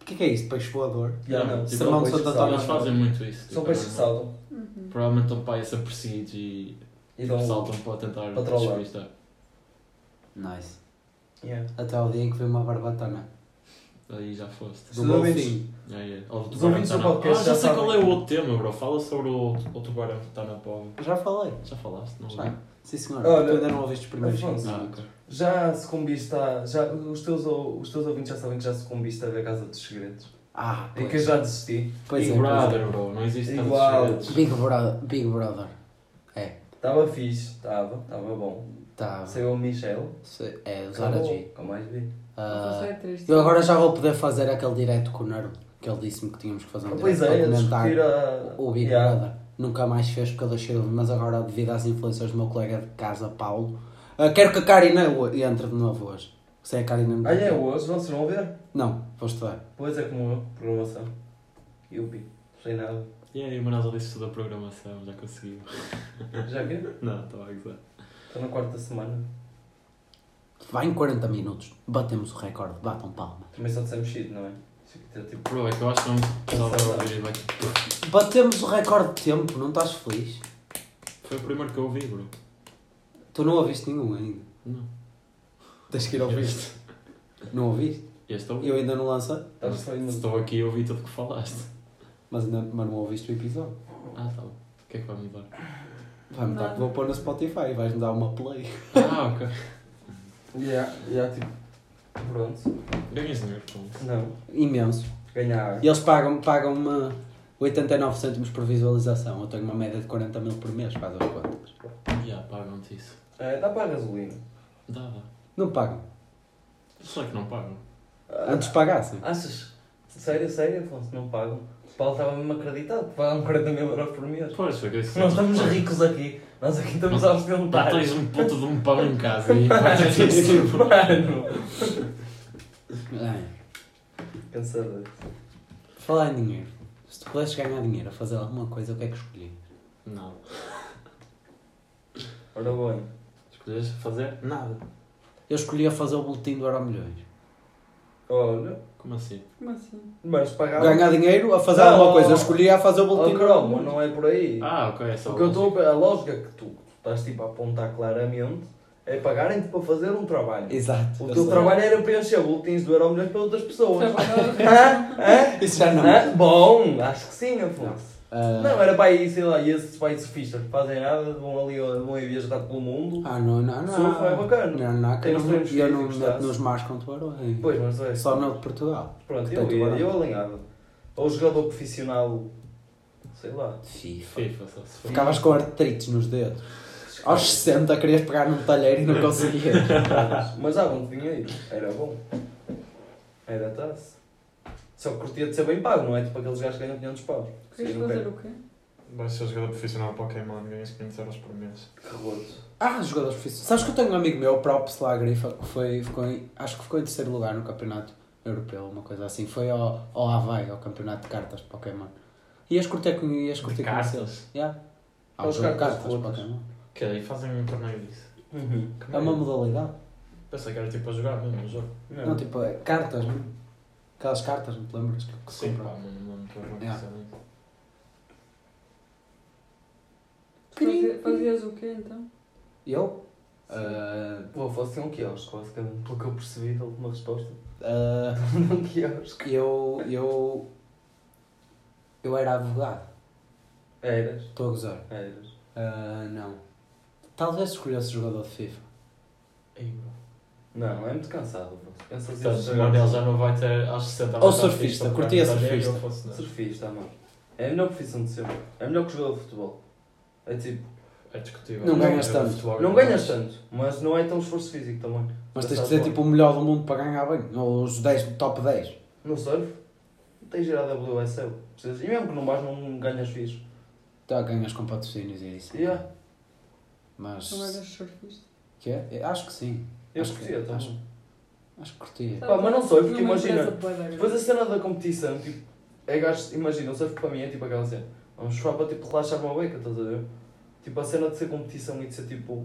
S2: o que Ah, é que é isto? Peixe voador?
S5: já
S3: Não,
S5: não.
S3: tipo,
S2: Sermão de
S5: peixe
S2: Santo
S5: que salta.
S2: António.
S3: Eles fazem muito isso.
S5: São
S3: tipo,
S5: peixes que saltam
S3: Provavelmente estão para aí a ser perseguidos e
S5: e
S2: um
S5: dão
S3: saltam para tentar
S5: Para trollar.
S3: despistar.
S2: Nice.
S5: um, Yeah.
S2: Até ao dia em que veio uma barbatana.
S3: Aí já foste.
S2: Do
S5: Os
S2: golfinho.
S3: É, é. Ou do
S5: Os
S3: tubarão
S5: ouvintes
S3: que
S5: do
S3: tá na-
S5: podcast
S3: Ah,
S5: já
S3: já sei
S5: sabem.
S3: qual é o outro tema, bro. Fala sobre o, o tubarão que está na pova.
S2: Já falei.
S3: Já falaste, não
S2: Já.
S3: ouvi?
S2: Sim senhor.
S4: Ah.
S5: Olha,
S2: tu ainda não ouviste os primeiros
S5: Afonso.
S2: cinco.
S3: Ah, ok.
S5: Já sucumbiste a. Já, os, teus, ou- os teus ouvintes já sabem que já sucumbiste a ver a Casa dos Segredos.
S2: Ah,
S5: E
S2: pois,
S5: É que eu já desisti.
S2: pois é.
S3: Big
S2: pois é.
S3: Brother, bro. Não existe tantos
S5: Igual.
S3: segredos.
S2: Big Brother. Big Brother.
S5: Estava fixe, estava, estava bom.
S2: Tá.
S5: Saiu o Michel.
S2: Se- É, os
S5: Acabou,
S2: G.
S5: Nunca mais vi.
S2: Ah,
S4: Isso é triste.
S2: Eu agora já vou poder fazer aquele direto com o Naruto, que ele disse-me que tínhamos que fazer um
S5: pois
S2: direto
S5: é,
S2: para
S5: a
S2: comentar
S5: discutir a.
S2: o Big
S5: Yeah.
S2: Brother. Nunca mais fez porque ele achou, mas agora devido às influências do meu colega de casa, Paulo, ah, quero que a Karina o- entre de novo hoje. Se é a Karina me
S5: Ah, é hoje, vocês vão ver?
S2: Não, vou estudar.
S5: Pois é, como eu, programação. Yupi, sem nada.
S3: E aí, o Manaus disse toda a programação, já conseguiu.
S5: Já vi?
S3: Não,
S5: tá
S3: estava a gozar.
S5: Estou na quarta semana.
S2: Vai em 40 minutos, batemos o recorde, batam palma.
S5: Também só dissemos shit, não é? Isso aqui tá tipo.
S3: Bro, é que eu acho que não precisava de ouvir. vai.
S2: Batemos o recorde de tempo, não estás feliz?
S3: Foi o primeiro que eu ouvi, bro.
S2: Tu não ouviste nenhum ainda.
S3: Não.
S2: Tens que ir ouvir.
S3: Este,
S2: Não ouviste?
S3: este é o-
S2: Eu ainda não lancei,
S5: Estás tá só indo.
S3: Estou aqui e ouvi tudo o que falaste.
S2: mas, ainda, mas não ouviste o episódio.
S3: Ah, tá bom. O que é que vai mudar?
S2: Vai-me dar que vou pôr no Spotify, vais-me dar uma play.
S3: Ah, ok.
S5: Yeah, yeah, tipo. Pronto.
S3: Ganhas dinheiro com isso.
S5: Não.
S2: Imenso.
S5: Ganhar.
S2: E eles pagam, pagam uma 89 cêntimos por visualização. Eu tenho uma média de 40 mil por mês, faz as contas.
S3: Já, pagam-te isso.
S5: É, dá para a gasolina.
S3: Dá, dá.
S2: Não pagam.
S3: Só que não pagam.
S5: Ah,
S2: Antes pagassem.
S5: Achas? Sério, sério, Afonso, não pagam? O Paulo estava mesmo acreditado que pagam 40 mil euros por mês.
S3: Pois, foi é que eu disse.
S5: Nós estamos ricos aqui. Nós aqui estamos a
S3: Pá,
S5: ostentar.
S3: tens um puto de um pão em casa e fazes isso.
S5: Mano.
S2: É.
S5: Cansado.
S2: Falar em dinheiro. Se tu pudesses ganhar dinheiro a fazer alguma coisa, o que é que escolhi?
S3: Não.
S5: Ora bem.
S3: Escolhes fazer nada.
S2: Eu escolhi a fazer o boletim do Euromilhões.
S5: Olha.
S3: Como assim?
S4: Como assim?
S5: Mas pagava.
S2: Ganhar dinheiro a fazer
S5: Não.
S2: alguma coisa. Eu escolhi a fazer o
S5: Oh,
S2: boletim do
S5: Cromo,
S2: Euromilhões.
S5: não é por aí.
S3: Ah, ok, é só.
S5: o que eu estou a ver, a lógica que tu, que tu estás tipo a apontar claramente é pagarem-te para fazer um trabalho.
S2: Exato.
S5: O
S2: eu
S5: teu
S2: sei.
S5: trabalho era preencher boletins do Euromilhões para outras pessoas.
S4: Trabalhar-
S5: Hã? Hã?
S2: Isso já não.
S5: Hã? Bom, acho que sim, Afonso.
S2: Ah,
S5: Não, era para aí, sei lá, e esses pais surfistas que fazem nada, vão ali, vão aí viajar pelo mundo.
S2: Ah, não, não, não.
S5: Surf é bacana.
S2: Não, não, que
S5: Tem
S2: eu
S5: os
S2: não,
S5: treinos
S2: eu não
S5: físicos,
S2: meto
S5: tá?
S2: nos mares com tubarões.
S5: Pois, mas é.
S2: Só no de Portugal.
S5: Pronto,
S2: Tem
S5: eu,
S2: tubarão.
S5: ia, eu alinhava. Ou jogador profissional, sei lá.
S2: FIFA.
S3: FIFA, só se for.
S2: Ficavas com artrites nos dedos. Aos 60 querias pegar num talheiro e não conseguias.
S5: Mas dava um dinheiro, era bom. Era taça. Só que curtia de ser bem pago, não é? Tipo aqueles gajos que ganham 500 paus.
S4: Queres
S5: Sim,
S4: fazer
S5: ok.
S4: o quê?
S8: Vais ser jogador profissional Pokémon, ganhas 500 euros por mês.
S5: Que roto.
S2: Ah, jogadores profissionais. Sabes que eu tenho um amigo meu, o próprio lá Grifa, que foi, ficou em- acho que ficou em terceiro lugar no campeonato europeu, uma coisa assim. Foi ao, ao Havaí, ao campeonato de cartas de Pokémon. Ias curtir com, ias curtir
S3: De
S2: com eles.
S3: cartas.
S2: Yeah. Há um
S5: Aos
S2: jogo de
S5: cartas
S2: cartas de
S5: rotas.
S2: Pokémon.
S3: Que aí fazem um torneio disso.
S5: Uhum.
S2: É uma modalidade.
S3: Pensei que era tipo a jogar mesmo um jogo.
S5: Não.
S2: Não, tipo, é cartas, não? Aquelas cartas, não te lembras? Que, que se
S3: Sim, pá,
S2: comprava.
S3: mano, não me lembro
S2: Yeah.
S3: que
S4: Fazer- Fazias o quê então?
S2: Eu? Ah,
S5: O avô tinha um quiosque, basicamente. Pelo que eu percebi de alguma resposta.
S2: ah,
S5: um quiosque.
S2: eu, eu, eu era advogado.
S5: Eras.
S2: Estou a gozar.
S5: Eras.
S2: Ah, não. Talvez escolhesse jogador de FIFA.
S5: Não, é muito cansado. avô. Pensa assim,
S3: Portanto, o Manel já não vai ter às 60
S2: Ou surfista, curtia surfista.
S3: Fosse, não.
S5: Surfista, mano. É a melhor profissão de sempre. É melhor que jogador de futebol. É tipo,
S3: É discutível.
S2: Não
S3: Mas
S2: ganhas
S3: eu
S2: tanto.
S3: futebol,
S5: Não
S3: eu
S5: ganhas
S3: gosto.
S5: tanto, mas não é tão esforço físico também.
S2: Mas tens de
S5: tá
S2: ser tipo o melhor do mundo para ganhar bem. Ou os 10, top 10.
S5: No surf, tens de ir à WSL. Precisas- E mesmo que não vais, não ganhas fixe.
S2: Tá, ganhas com patrocínios e é isso.
S5: Yeah.
S4: Não
S2: Mas.
S4: eras surfista?
S2: Que é? Eu Acho que sim.
S5: Eu então.
S2: Acho que-
S5: curtia também.
S2: acho- Acho que curtia.
S5: Pá, mas não sei, porque
S4: Numa
S5: imagina,
S4: empresa bué da
S5: Depois assim-
S4: grande.
S5: a cena da competição, tipo, é gajos, imagina, o surf para mim é tipo aquela cena, vamos surfar para tipo relaxar uma beca, estás a ver? Tipo, a cena de ser competição e de ser tipo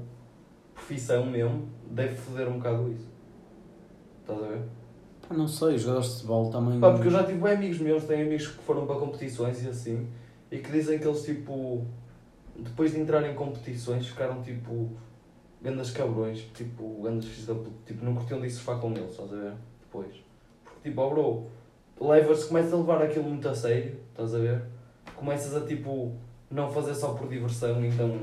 S5: profissão mesmo, deve foder um bocado isso. Estás a ver?
S2: Pá, não sei, os jogadores de futebol também.
S5: Pá, porque eu já tive bem amigos meus, tenho amigos que foram para competições e assim, e que dizem que eles tipo, depois de entrarem em competições, ficaram tipo, grandes cabrões, tipo, grandes filhos da puta, tipo, não curtiam de ir surfar com eles, estás a ver? Depois. Porque tipo, oh bro, levas, começas a levar aquilo muito a sério, estás a ver? Começas a tipo, não fazer só por diversão, então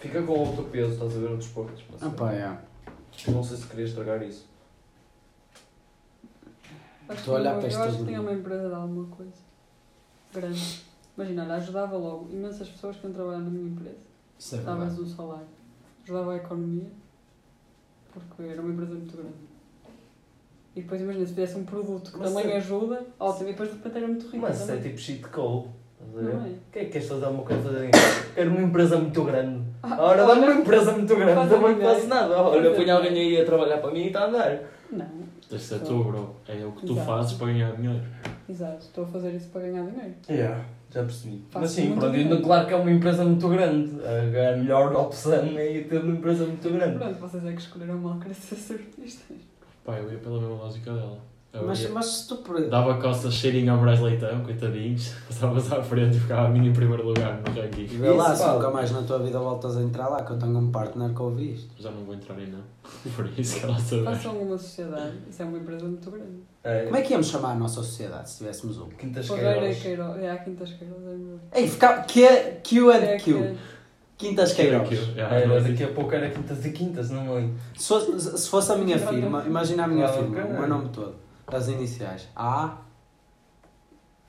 S5: fica com outro peso, estás a ver? Outros porcos.
S2: Ah, pá, é.
S5: não sei se querias estragar isso.
S4: Acho
S2: Estou a olhar
S4: que
S2: para
S4: eu-
S2: este
S4: Eu acho que
S2: todo
S4: tinha
S2: mundo.
S4: uma empresa de alguma coisa grande. Imagina, olha, ajudava logo imensas pessoas que iam trabalhar na minha empresa.
S2: Isso é
S4: Talvez
S2: verdade.
S4: um salário. Ajudava a economia, porque era uma empresa muito grande. E depois imagina, se tivesse um produto que
S5: Mas
S4: também
S5: é-
S4: ajuda, ótimo, e depois de repente era muito rico
S5: Mas isso é
S4: também.
S5: tipo shit call, estás a ver?
S4: Não é?
S5: Quem é que queres fazer alguma coisa de Quero uma empresa muito grande.
S4: Ah,
S5: Ora, dá-me uma
S4: olha,
S5: empresa muito grande,
S4: Faz
S5: também não
S4: ideia.
S5: faço nada.
S4: Faz
S5: Olha,
S4: ideia.
S5: põe alguém aí a trabalhar para mim e está a dar.
S4: Não,
S3: Tens de ser tu, bro. É o que tu
S4: Exato.
S3: fazes para ganhar dinheiro.
S4: exato, estou a fazer isso para ganhar dinheiro.
S5: Já percebi.
S4: Faço
S5: Mas sim,
S4: muito
S5: pronto,
S4: dinheiro.
S5: ainda claro que é uma empresa muito grande. A a melhor opção é ir ter uma empresa muito grande.
S4: Pronto, vocês é que escolheram mal querer ser surfistas.
S3: Pá, eu ia pela mesma lógica dela. Eu
S2: Mas,
S3: ia-
S2: mas se tu. pre-
S3: Dava costas cheirinho ao Brás Leitão, coitadinhos. Passavas à frente e ficava a mim em primeiro lugar no ranking.
S2: E vê lá,
S5: Isso,
S2: se
S5: pá.
S2: nunca mais na tua vida voltas a entrar lá, que eu tenho um partner que ouviste.
S3: Já não vou entrar em não. Por isso que ela sabe.
S4: Façam uma sociedade, isso é uma empresa muito grande.
S5: É,
S2: Como é que íamos chamar a nossa sociedade se tivéssemos um?
S5: Quintas
S4: Fogueira e
S5: Queiroz.
S4: Queiroz, é, há quintas Queiroz, é melhor.
S2: Ei, fica. Q, Q
S4: É
S2: and
S4: que-
S2: Q. Quintas Queiroz. É,
S5: Era, É, daqui a pouco era quintas e quintas, não é?
S2: Se fosse, se fosse a minha firma, imagina a minha
S5: Claro,
S2: firma, o meu
S5: caralho.
S2: nome todo. As iniciais. A,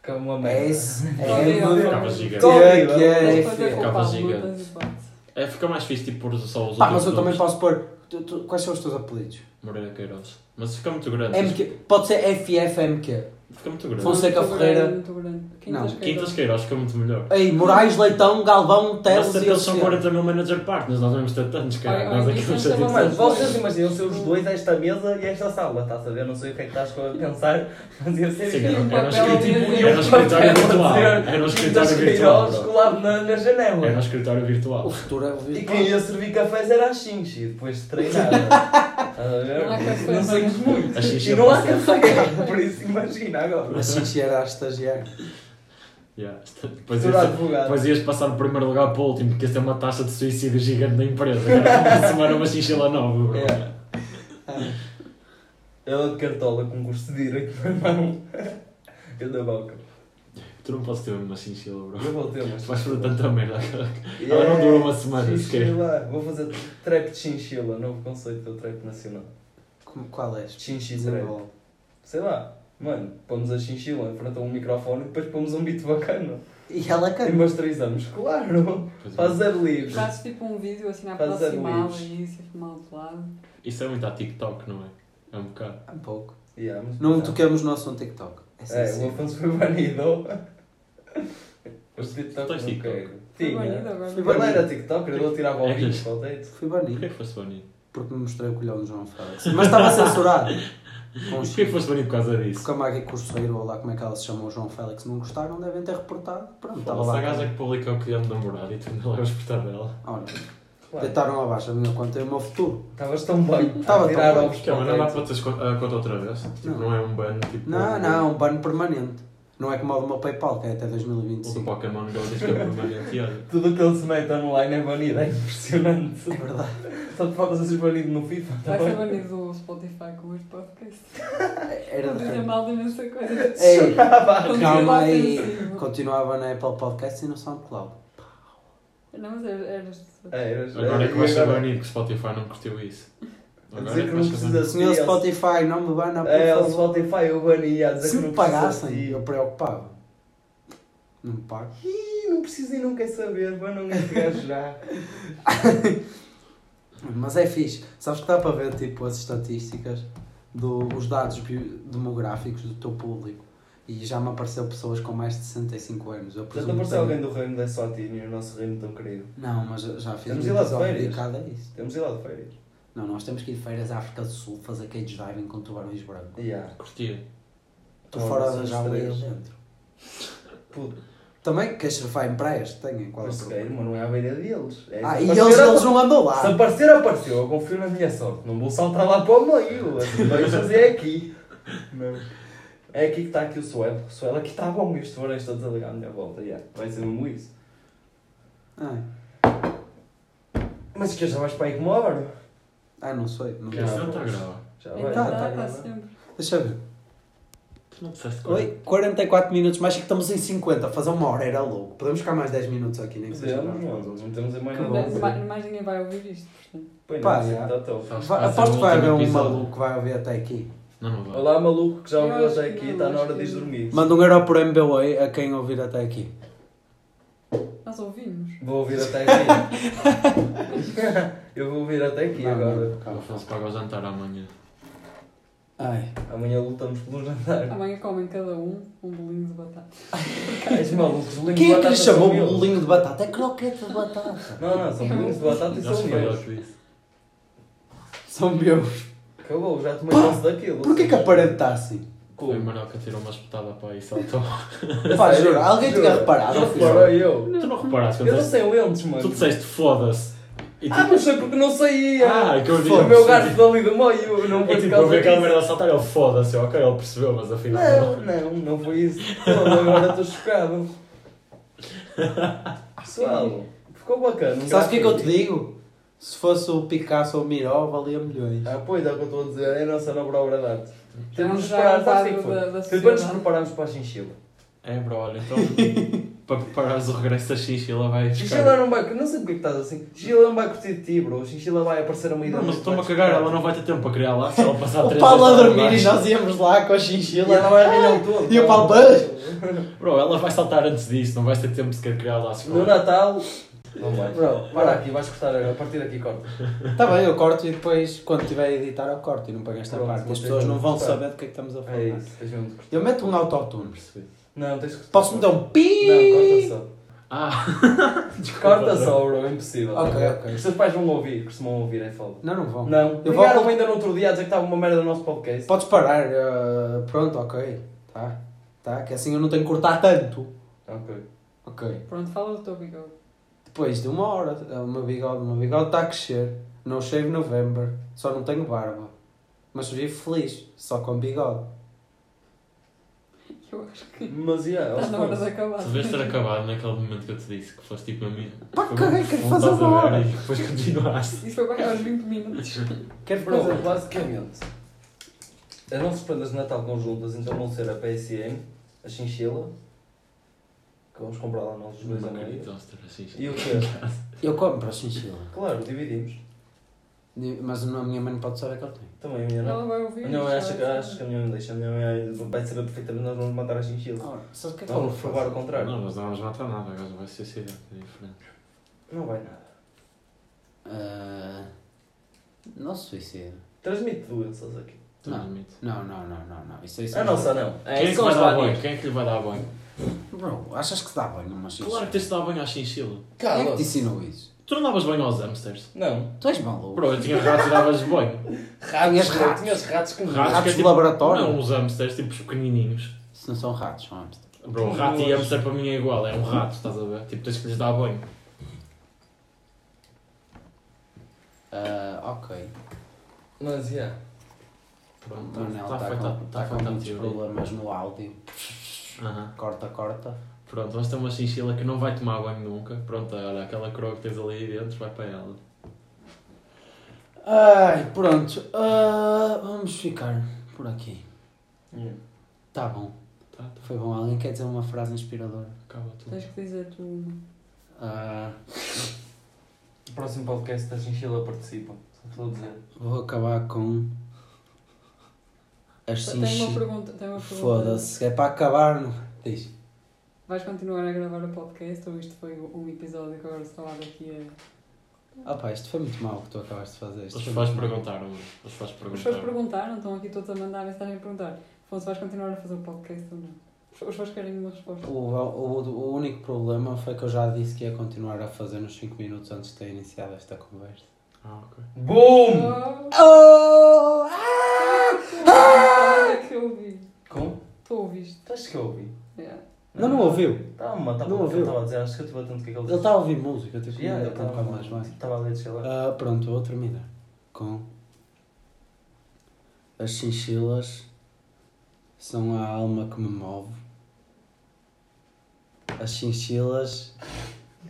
S5: Que é uma merda.
S2: S, M,
S3: Ficava gigante.
S2: T, Q,
S4: Tens de
S2: R,
S4: fazer
S2: F.
S4: com o
S3: Ficava
S4: Pablo,
S3: gigante.
S4: não tens hipótese.
S3: É, fica mais fixe tipo pôr só os
S2: Pá, mas eu
S3: outros nomes.
S2: também posso pôr. tu- tu- Quais são os teus apelidos?
S3: Moreira Queiroz. Mas fica muito grande.
S2: MQ. Pode ser FFMQ.
S3: Fica muito grande.
S2: Fonseca
S4: Muito grande,
S2: Ferreira.
S4: muito grande. Quintas
S2: Não,
S3: Quintas
S4: Queiroz.
S3: Queiroz fica muito melhor.
S2: Ei, Moraes, Leitão, Galvão,
S3: Mas
S2: Teles
S3: se
S2: e
S3: eles são
S2: Alceu.
S3: 40 mil manager partners, nós vamos ter tantos, cara.
S4: Ai,
S3: Nós
S4: ai,
S3: aqui
S4: isso
S3: vamos
S4: é
S3: ter
S4: uma
S5: Mano,
S3: tantos.
S4: merda.
S5: vocês imaginam ser os dois a esta mesa e a esta sala, estás a ver? Não sei o que é que estás a pensar, mas ia ser
S3: Sim,
S5: giro.
S3: era,
S4: um
S3: era, um
S4: papel
S3: escritório-
S4: ali,
S3: era um escritório
S5: papel
S3: virtual.
S5: a dizer,
S3: Era um
S5: Quintas
S3: escritório virtual.
S5: Queiroz
S3: bro.
S5: colado na, na janela.
S3: Era um escritório
S2: O
S3: virtual.
S2: futuro é o
S5: E
S2: vídeo.
S5: quem ia servir cafés era a Xinx e depois de treinar. Estás a ver?
S4: É, Não há café,
S5: Não é sei
S4: mano.
S5: muito.
S3: A Xinx
S5: E não há
S3: é
S5: café, por isso imagina agora.
S2: A Xixi era a estagiária.
S3: Yeah. Depois
S5: Ser
S3: ia
S5: advogado.
S3: Depois ias passar do primeiro lugar para o último, porque essa é uma taxa de suicídio gigante da empresa. Cara, uma semana uma chinchila nova, bro.
S5: É. Ela de cartola com gosto de ir aqui na mão. Eu da é boca.
S3: Tu não podes ter uma chinchila, bro.
S5: Eu vou ter uma.
S3: Tu vais por tanta merda. Ela não durou uma semana sequer.
S5: Chinchila. Vou fazer trap de chinchila, novo conceito do trap nacional.
S2: Como- Qual é? és?
S5: Chinchi trap.
S2: Desenvolve.
S5: Sei lá. Mano, pomos a chinchila em frente a um microfone e depois pomos um beat bacana.
S2: E ela
S5: E
S2: canta.
S5: masterizamos, claro.
S3: Pois é.
S5: Faz zero livre.
S4: Fazes tipo um vídeo assim à
S5: Faz a
S4: aproximada
S5: Luís.
S4: e isso, e filmar do lado.
S3: Isso é muito a TikTok, não é? É um bocado.
S2: Um pouco.
S5: Yeah, mas-
S2: Não toquemos no assunto TikTok. É
S5: É, o
S2: sensível.
S5: Afonso foi banido. Os TikTok
S3: Tens
S5: não
S3: TikTok?
S5: quero.
S4: Foi banido
S5: Tinha.
S4: agora.
S2: Foi
S5: Ele
S2: banido.
S5: era TikTok, ele tirava o
S3: É
S5: vídeo,
S3: justo.
S5: faltei-te.
S2: Fui
S3: Porquê
S2: banido.
S3: que foste banido?
S2: Porque me mostrei o colhão do João Félix. Mas estava censurado. Com
S3: Porquê que foste banido por causa disso?
S2: Porque a Maggie Curseiro, ou lá como é que ela se chamou, o João Félix, não gostaram, devem ter reportado. Pronto, estava
S3: Foda-se,
S2: lá.
S3: a gaja que publicou que ia me namorar e tu ainda levas por estar dela.
S2: Olha,
S5: Claro.
S2: deitaram abaixo a minha conta e o meu futuro.
S5: Estavas tão bem.
S2: Estava
S5: a
S2: Então, tão
S5: tirar
S2: bem.
S5: ovos
S3: Que é, mas não dá
S5: para
S3: para teres co- a conta outra vez? Tipo,
S2: Não.
S3: não é um ban tipo.
S2: Não, não, um banho permanente. Não é como o do meu PayPal, que é até
S3: O do
S2: 2025.
S3: um Pokémon Go diz que é permanente e olha.
S5: Tudo o que ele se mete online é banido, é impressionante.
S2: É verdade.
S5: Só te falta ser banido no FIFA. tá
S4: Vai ser
S5: bem?
S4: banido do Spotify com este podcast.
S2: Ah, Era
S4: Não
S2: de
S4: dizer
S2: rei.
S4: mal de imensa coisa.
S2: Ei,
S4: Continua
S2: calma aí.
S4: ofensivo.
S2: Continuava na Apple Podcasts e no SoundCloud.
S4: Não, mas era- era isto.
S5: É, eras-
S3: Agora é que
S5: e
S3: vais ser banido que o Spotify não curtiu isso.
S5: A dizer que não
S3: vais ser
S5: precisa-
S3: banido.
S2: Senhor
S5: Sim,
S2: Spotify, não me bana, por
S5: É, o
S2: favor.
S5: Spotify eu bania a dizer
S2: Se
S5: que não
S2: me
S5: precisa de
S2: pagassem,
S5: ti.
S2: eu preocupava. Não paro.
S5: Ih, não preciso nem nunca é saber, vai não este gajo já.
S2: Mas é fixe. Sabes que dá para ver tipo as estatísticas dos dados bio- demográficos do teu público. E já me apareceu pessoas com mais de 65 anos. Eu
S5: Já te
S2: presumo que
S5: apareceu
S2: tenho-
S5: alguém do reino da Sótina e o nosso reino tão querido.
S2: Não, mas eu já fiz
S5: Temos
S2: um
S5: ido às
S2: episódio
S5: feiras.
S2: dedicado a isso.
S5: Temos ido lá de férias.
S2: Não, nós temos que ir de feiras à África do Sul fazer cage diving com tubarões brancos.
S5: Yeah.
S3: Curtir.
S2: Estou
S5: Olha,
S2: fora
S5: são
S2: da jaula e
S5: estrelas.
S2: dentro.
S5: Puto,
S2: Também que vai em praias, tenham qual é
S5: não
S2: o
S5: se
S2: problema.
S5: queira, mas não é à beira deles. É,
S2: Ah,
S5: se
S2: e eles,
S5: aparecer,
S2: eles não andam lá.
S5: Se aparecer, apareceu. Eu confio na minha sorte. Não vou saltar lá para o meio. As coisas é aqui. Não. É aqui que está aqui o Suelo. O Suelo aqui está bom. E os tubarões todos a ligar à minha volta. Yeah. Vai ser mesmo isso.
S2: Ah,
S5: Mas que já vais para aí com uma hora.
S2: ah, não sei. Não
S3: Este não tá está
S2: sei.
S3: a gravar.
S5: Já
S4: Então,
S2: tá
S4: dá,
S5: já está
S4: está
S5: gravado.
S4: sempre.
S2: Deixa eu ver.
S3: Tu não disseste coisa.
S2: Oi, 44 minutos, mais que estamos em 50. Fazer uma hora era louco. Podemos ficar mais 10 minutos aqui, nem que seja.
S5: Podemos, não, não temos a mais
S4: Não,
S5: nada.
S4: vai- mais ninguém vai ouvir isto, portanto.
S5: Pois
S2: Pá,
S5: não, sim,
S2: já.
S5: tá top.
S3: Faz-
S2: Vai-
S3: faz
S2: Aposto
S3: o
S2: que vai haver
S3: último
S2: um
S3: episódio.
S2: maluco que vai ouvir até aqui.
S3: Não, não vai.
S5: Olá, maluco, que já
S4: Eu
S5: ouviu
S4: acho
S5: até
S4: que
S5: aqui.
S4: não,
S5: Está na
S4: acho
S5: hora
S4: que
S5: de ir
S4: não.
S5: dormir.
S2: Manda um euro por MBWay a quem ouvir até aqui.
S4: Nós ouvimos.
S5: Vou ouvir até aqui. Eu vou ouvir até aqui
S2: Não,
S5: agora.
S2: não,
S3: O
S2: calma.
S3: Afonso paga o jantar amanhã.
S2: Ai,
S5: Amanhã lutamos pelo jantar.
S4: Amanhã comem cada um um bolinho de batata.
S5: És maluco, os bolinhos
S2: Quem é que lhe
S5: batata
S2: chamou
S5: são eles.
S2: bolinho de batata? É croquete de batata.
S5: Não, não, são bolinhos de batata e
S3: Já se
S5: são
S3: foi
S5: meus.
S3: ao juiz.
S2: São meus.
S5: Acabou, já tomei
S2: Pá,
S5: posse daquilo.
S2: Porquê que a parede está assim?
S3: Foi o Manuel que tirou uma espetada para aí e saltou.
S2: Pá,
S5: Sério?
S2: juro, alguém tinha
S5: Juro.
S2: reparado.
S5: Já
S2: não fiz
S3: é
S5: reparei eu.
S3: Tu não reparaste
S5: Eu
S3: quando
S5: não
S3: disseste-
S5: sei o Entes,
S3: Tu
S5: mano.
S3: disseste foda-se. E
S5: Ah,
S3: tipo,
S5: mas sei porque não saía.
S3: Ah, que eu vi.
S5: Foi o meu gajo dali do meio. eu Não
S3: é
S5: foi
S3: tipo,
S5: por
S3: eu
S5: causa
S3: vi aquela
S5: disso.
S3: merda a saltar e ele foda-se. Ok, ele percebeu, mas afinal
S5: Não,
S3: não.
S5: não, não foi isso. Não, agora estou chocado. Pessoal, ficou bacana. um
S2: Sabes o que é que eu te
S5: grafite.
S2: digo? Se fosse o Picasso ou o Miró, valia milhões.
S5: Ah, pois, é o que eu estou a dizer, é a nossa nobre obra de arte. Temos de nos
S4: Já é um
S5: preparar, sabes o que é que
S4: quadro da- da
S5: foi? Foi para nos
S4: sociedade.
S5: prepararmos para a chinchila.
S3: É, bro, olha, então. para preparares o regresso da chinchila, vai
S5: Chinchila
S3: buscar.
S5: não vai. Não sei porque é que estás assim. Chinchila não vai curtir de ti, bro. Chinchila vai aparecer a meio da
S3: Não, mas
S5: noite,
S3: estou-me a
S5: vai
S3: cagar,
S5: buscar.
S3: ela não vai ter tempo para criar lá se ela passar
S2: O
S3: três
S2: Paulo a
S3: horas
S2: dormir
S3: abaixo.
S2: e nós íamos lá com a
S5: E ela
S2: chinchila.
S5: vai arranhar todo.
S2: Ah! E o Paulo, "Bas!"
S3: Bro, ela vai saltar antes disso, não vais ter tempo sequer de criar lá se
S5: No Natal. Não vai.
S2: Bro,
S5: Para aqui, vais cortar a a partir daqui, corta.
S2: Está Tá bem, eu corto e depois, quando tiver a editar, eu corto e não pago esta
S5: Pronto,
S2: parte. As
S5: mantém
S2: pessoas
S5: como
S2: não vão
S5: está.
S2: saber do que é que estamos a
S5: É
S2: falar.
S5: isso, tens mesmo de cortar.
S2: Eu meto um autotune.
S5: Não, tens de cortar.
S2: Posso me dar um
S5: Não,
S2: pi?
S5: corta só.
S3: Ah,
S5: Corta só, bro, é impossível.
S2: Ok, ok.
S5: Os teus pais vão ouvir, costumam ouvir, é foda.
S2: Não, não vão.
S5: Não,
S2: Eu
S5: ligaram
S2: vou-
S5: ainda no outro dia a dizer que estava uma merda no nosso podcast.
S2: Podes parar. eh, pronto, ok. Tá. Tá, que assim eu não tenho que cortar tanto.
S5: Ok.
S2: Ok.
S4: Pronto, fala do teu bigode.
S2: Depois de uma hora, eh, o meu bigode, o meu bigode está a crescer. Não chego novembro. Só não tenho barba. Mas vivo feliz, só com bigode.
S4: Eu acho que
S5: Mas yeah,
S4: está na hora de
S5: Afonso.
S4: acabar.
S3: tu devias ter acabado naquele momento que eu te disse, que foste tipo a mim.
S2: Pá,
S3: Foi
S2: caguei,
S3: um
S2: quero
S3: fundo,
S2: fazer
S3: estás a
S2: uma
S3: ver,
S2: hora.
S3: E depois continuaste.
S4: Isso foi bem aos 20 minutos.
S2: Quero
S5: Bro,
S2: fazer.
S5: basicamente, as nossas prendas de Natal conjuntas então vão ser a PSM, a Chinchila, que vamos comprar lá nós os dois
S3: Não
S5: a meio.
S3: acredito, Ostra, assim.
S5: E o quê?
S2: Eu compro a chinchila.
S5: Claro, dividimos.
S2: Mas a minha mãe não pode saber que eu tenho.
S5: Também a minha não.
S4: Ela vai ouvir.
S5: A minha mãe
S4: já
S5: acha que,
S4: vai
S5: acho que a minha mãe deixa, a minha mãe tipo, vai saber perfeitamente nós vamos matar a Chinchila.
S2: Ora, sabe o que é que eu
S5: Então, Vamos provar o
S2: faço?
S5: contrário.
S3: Não, mas não vamos matar nada, agora vai ser cidade, é diferente.
S5: Não vai nada.
S2: Ah, Não se suicida.
S5: Transmite doenças aqui.
S3: Tu
S2: Não.
S3: admito.
S2: Não, não, não, não, Ah, não. Isso, Ah. isso
S5: A nossa não.
S3: Quem é que
S5: são
S3: vai
S5: as
S3: dar
S5: vadias.
S3: banho? Quem é que lhe vai dar banho?
S2: Bro, achas que se dá banho numa chinchila?
S3: Claro que tens de dar banho à chinchila.
S2: Quem é que
S5: Cala.
S2: te ensinou isso?
S3: Tu não davas banho aos hamsters?
S5: Não.
S2: Tu és maluco.
S3: Bro, eu tinha ratos e davas banho.
S2: Tinhas
S5: Ratos,
S2: ratos.
S5: tinhas ratos que não.
S3: Ratos, que é
S2: de
S3: tipo-
S2: laboratório?
S3: Não, os hamsters, tipo os pequenininhos.
S2: Se não são ratos, são hamsters.
S3: Bro, rato e hamster para mim é igual, é um rato, estás a ver? Tipo, tens que lhes dar banho.
S2: Ah, ok.
S5: Mas yeah.
S2: O
S3: Pronto,
S2: Manel
S3: está
S2: está
S3: feita
S2: com,
S3: está
S2: tá com
S3: feita a
S2: muitos
S3: teoria.
S2: problemas no áudio.
S3: Aham.
S2: Corta, corta.
S3: Pronto, vamos ter uma chinchila que não vai tomar banho nunca. Pronto, olha, aquela coroa que tens ali dentro vai para ela.
S2: Ai, pronto. Ah, vamos ficar por aqui.
S5: Yeah.
S2: Tá bom.
S3: Tá, tá,
S2: Foi bom. Alguém quer dizer uma frase inspiradora?
S3: acaba tudo.
S4: Tens que dizer tu uma.
S2: Ah,
S5: O próximo podcast da Chinchila participa. Só estou a dizer.
S2: vou acabar com... As
S4: Tem uma
S2: chinchilas.
S4: pergunta. Tem uma pergunta.
S2: Foda-se. É para acabar. não- Diz.
S4: Vais continuar a gravar o podcast ou isto foi um episódio que agora se estava aqui a.
S2: Ah pá, isto foi muito mal o que tu acabaste de fazer. Isto
S3: Os
S2: foi
S3: fãs
S2: muito mau.
S3: perguntaram. Os fãs
S4: Os fãs
S3: perguntaram.
S4: perguntaram, estão aqui todos a mandar mensagem a perguntar: Afonso, vais continuar a fazer o podcast ou não? Os- Os fãs querem uma resposta.
S2: O, o, o único problema foi que eu já disse que ia continuar a fazer nos 5 minutos antes de ter iniciado esta conversa.
S3: Ah, ok.
S7: BOOM!
S4: Oh,
S2: Oh! Ah!
S4: ah! que eu ouvi.
S7: Como?
S4: Tu ouviste?
S7: Tu achas que eu ouvi?
S4: Yeah.
S2: Não, não ouviu.
S7: Estava uma,
S2: Não
S7: estava
S2: ouviu.
S7: tá eu estava a dizer, acho que eu estive atento que aquele
S2: Ele está a ouvir música, tipo,
S7: Yeah,
S2: não
S7: eu
S2: dá para um
S7: estava
S2: bocado mais baixo.
S7: Estava a ler, sei lá.
S2: Ah, pronto, vou terminar com as chinchilas são a alma que me move. As chinchilas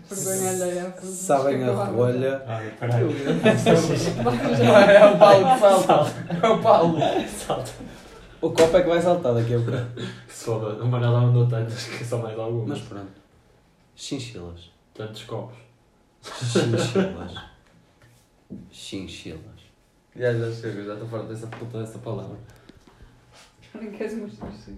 S4: Vergonha alheia. Afonso.
S2: sabem
S4: Desculpa
S2: a
S4: lá,
S2: rolha.
S3: Ah, peraí.
S4: Vamos
S7: Não,
S4: já.
S7: é o Paulo que salta. É o Paulo.
S2: O copo é que vai saltar daqui a pouco.
S3: Soba, o Manel já mandou tantas que só mais
S2: Mas
S3: algumas.
S2: pronto. Chinchilas.
S3: Tantos copos.
S2: Chinchilas. Chinchilas.
S5: Já, já chega, já estou fora dessa puta dessa palavra.
S4: Não queres mostrar?
S7: Sim.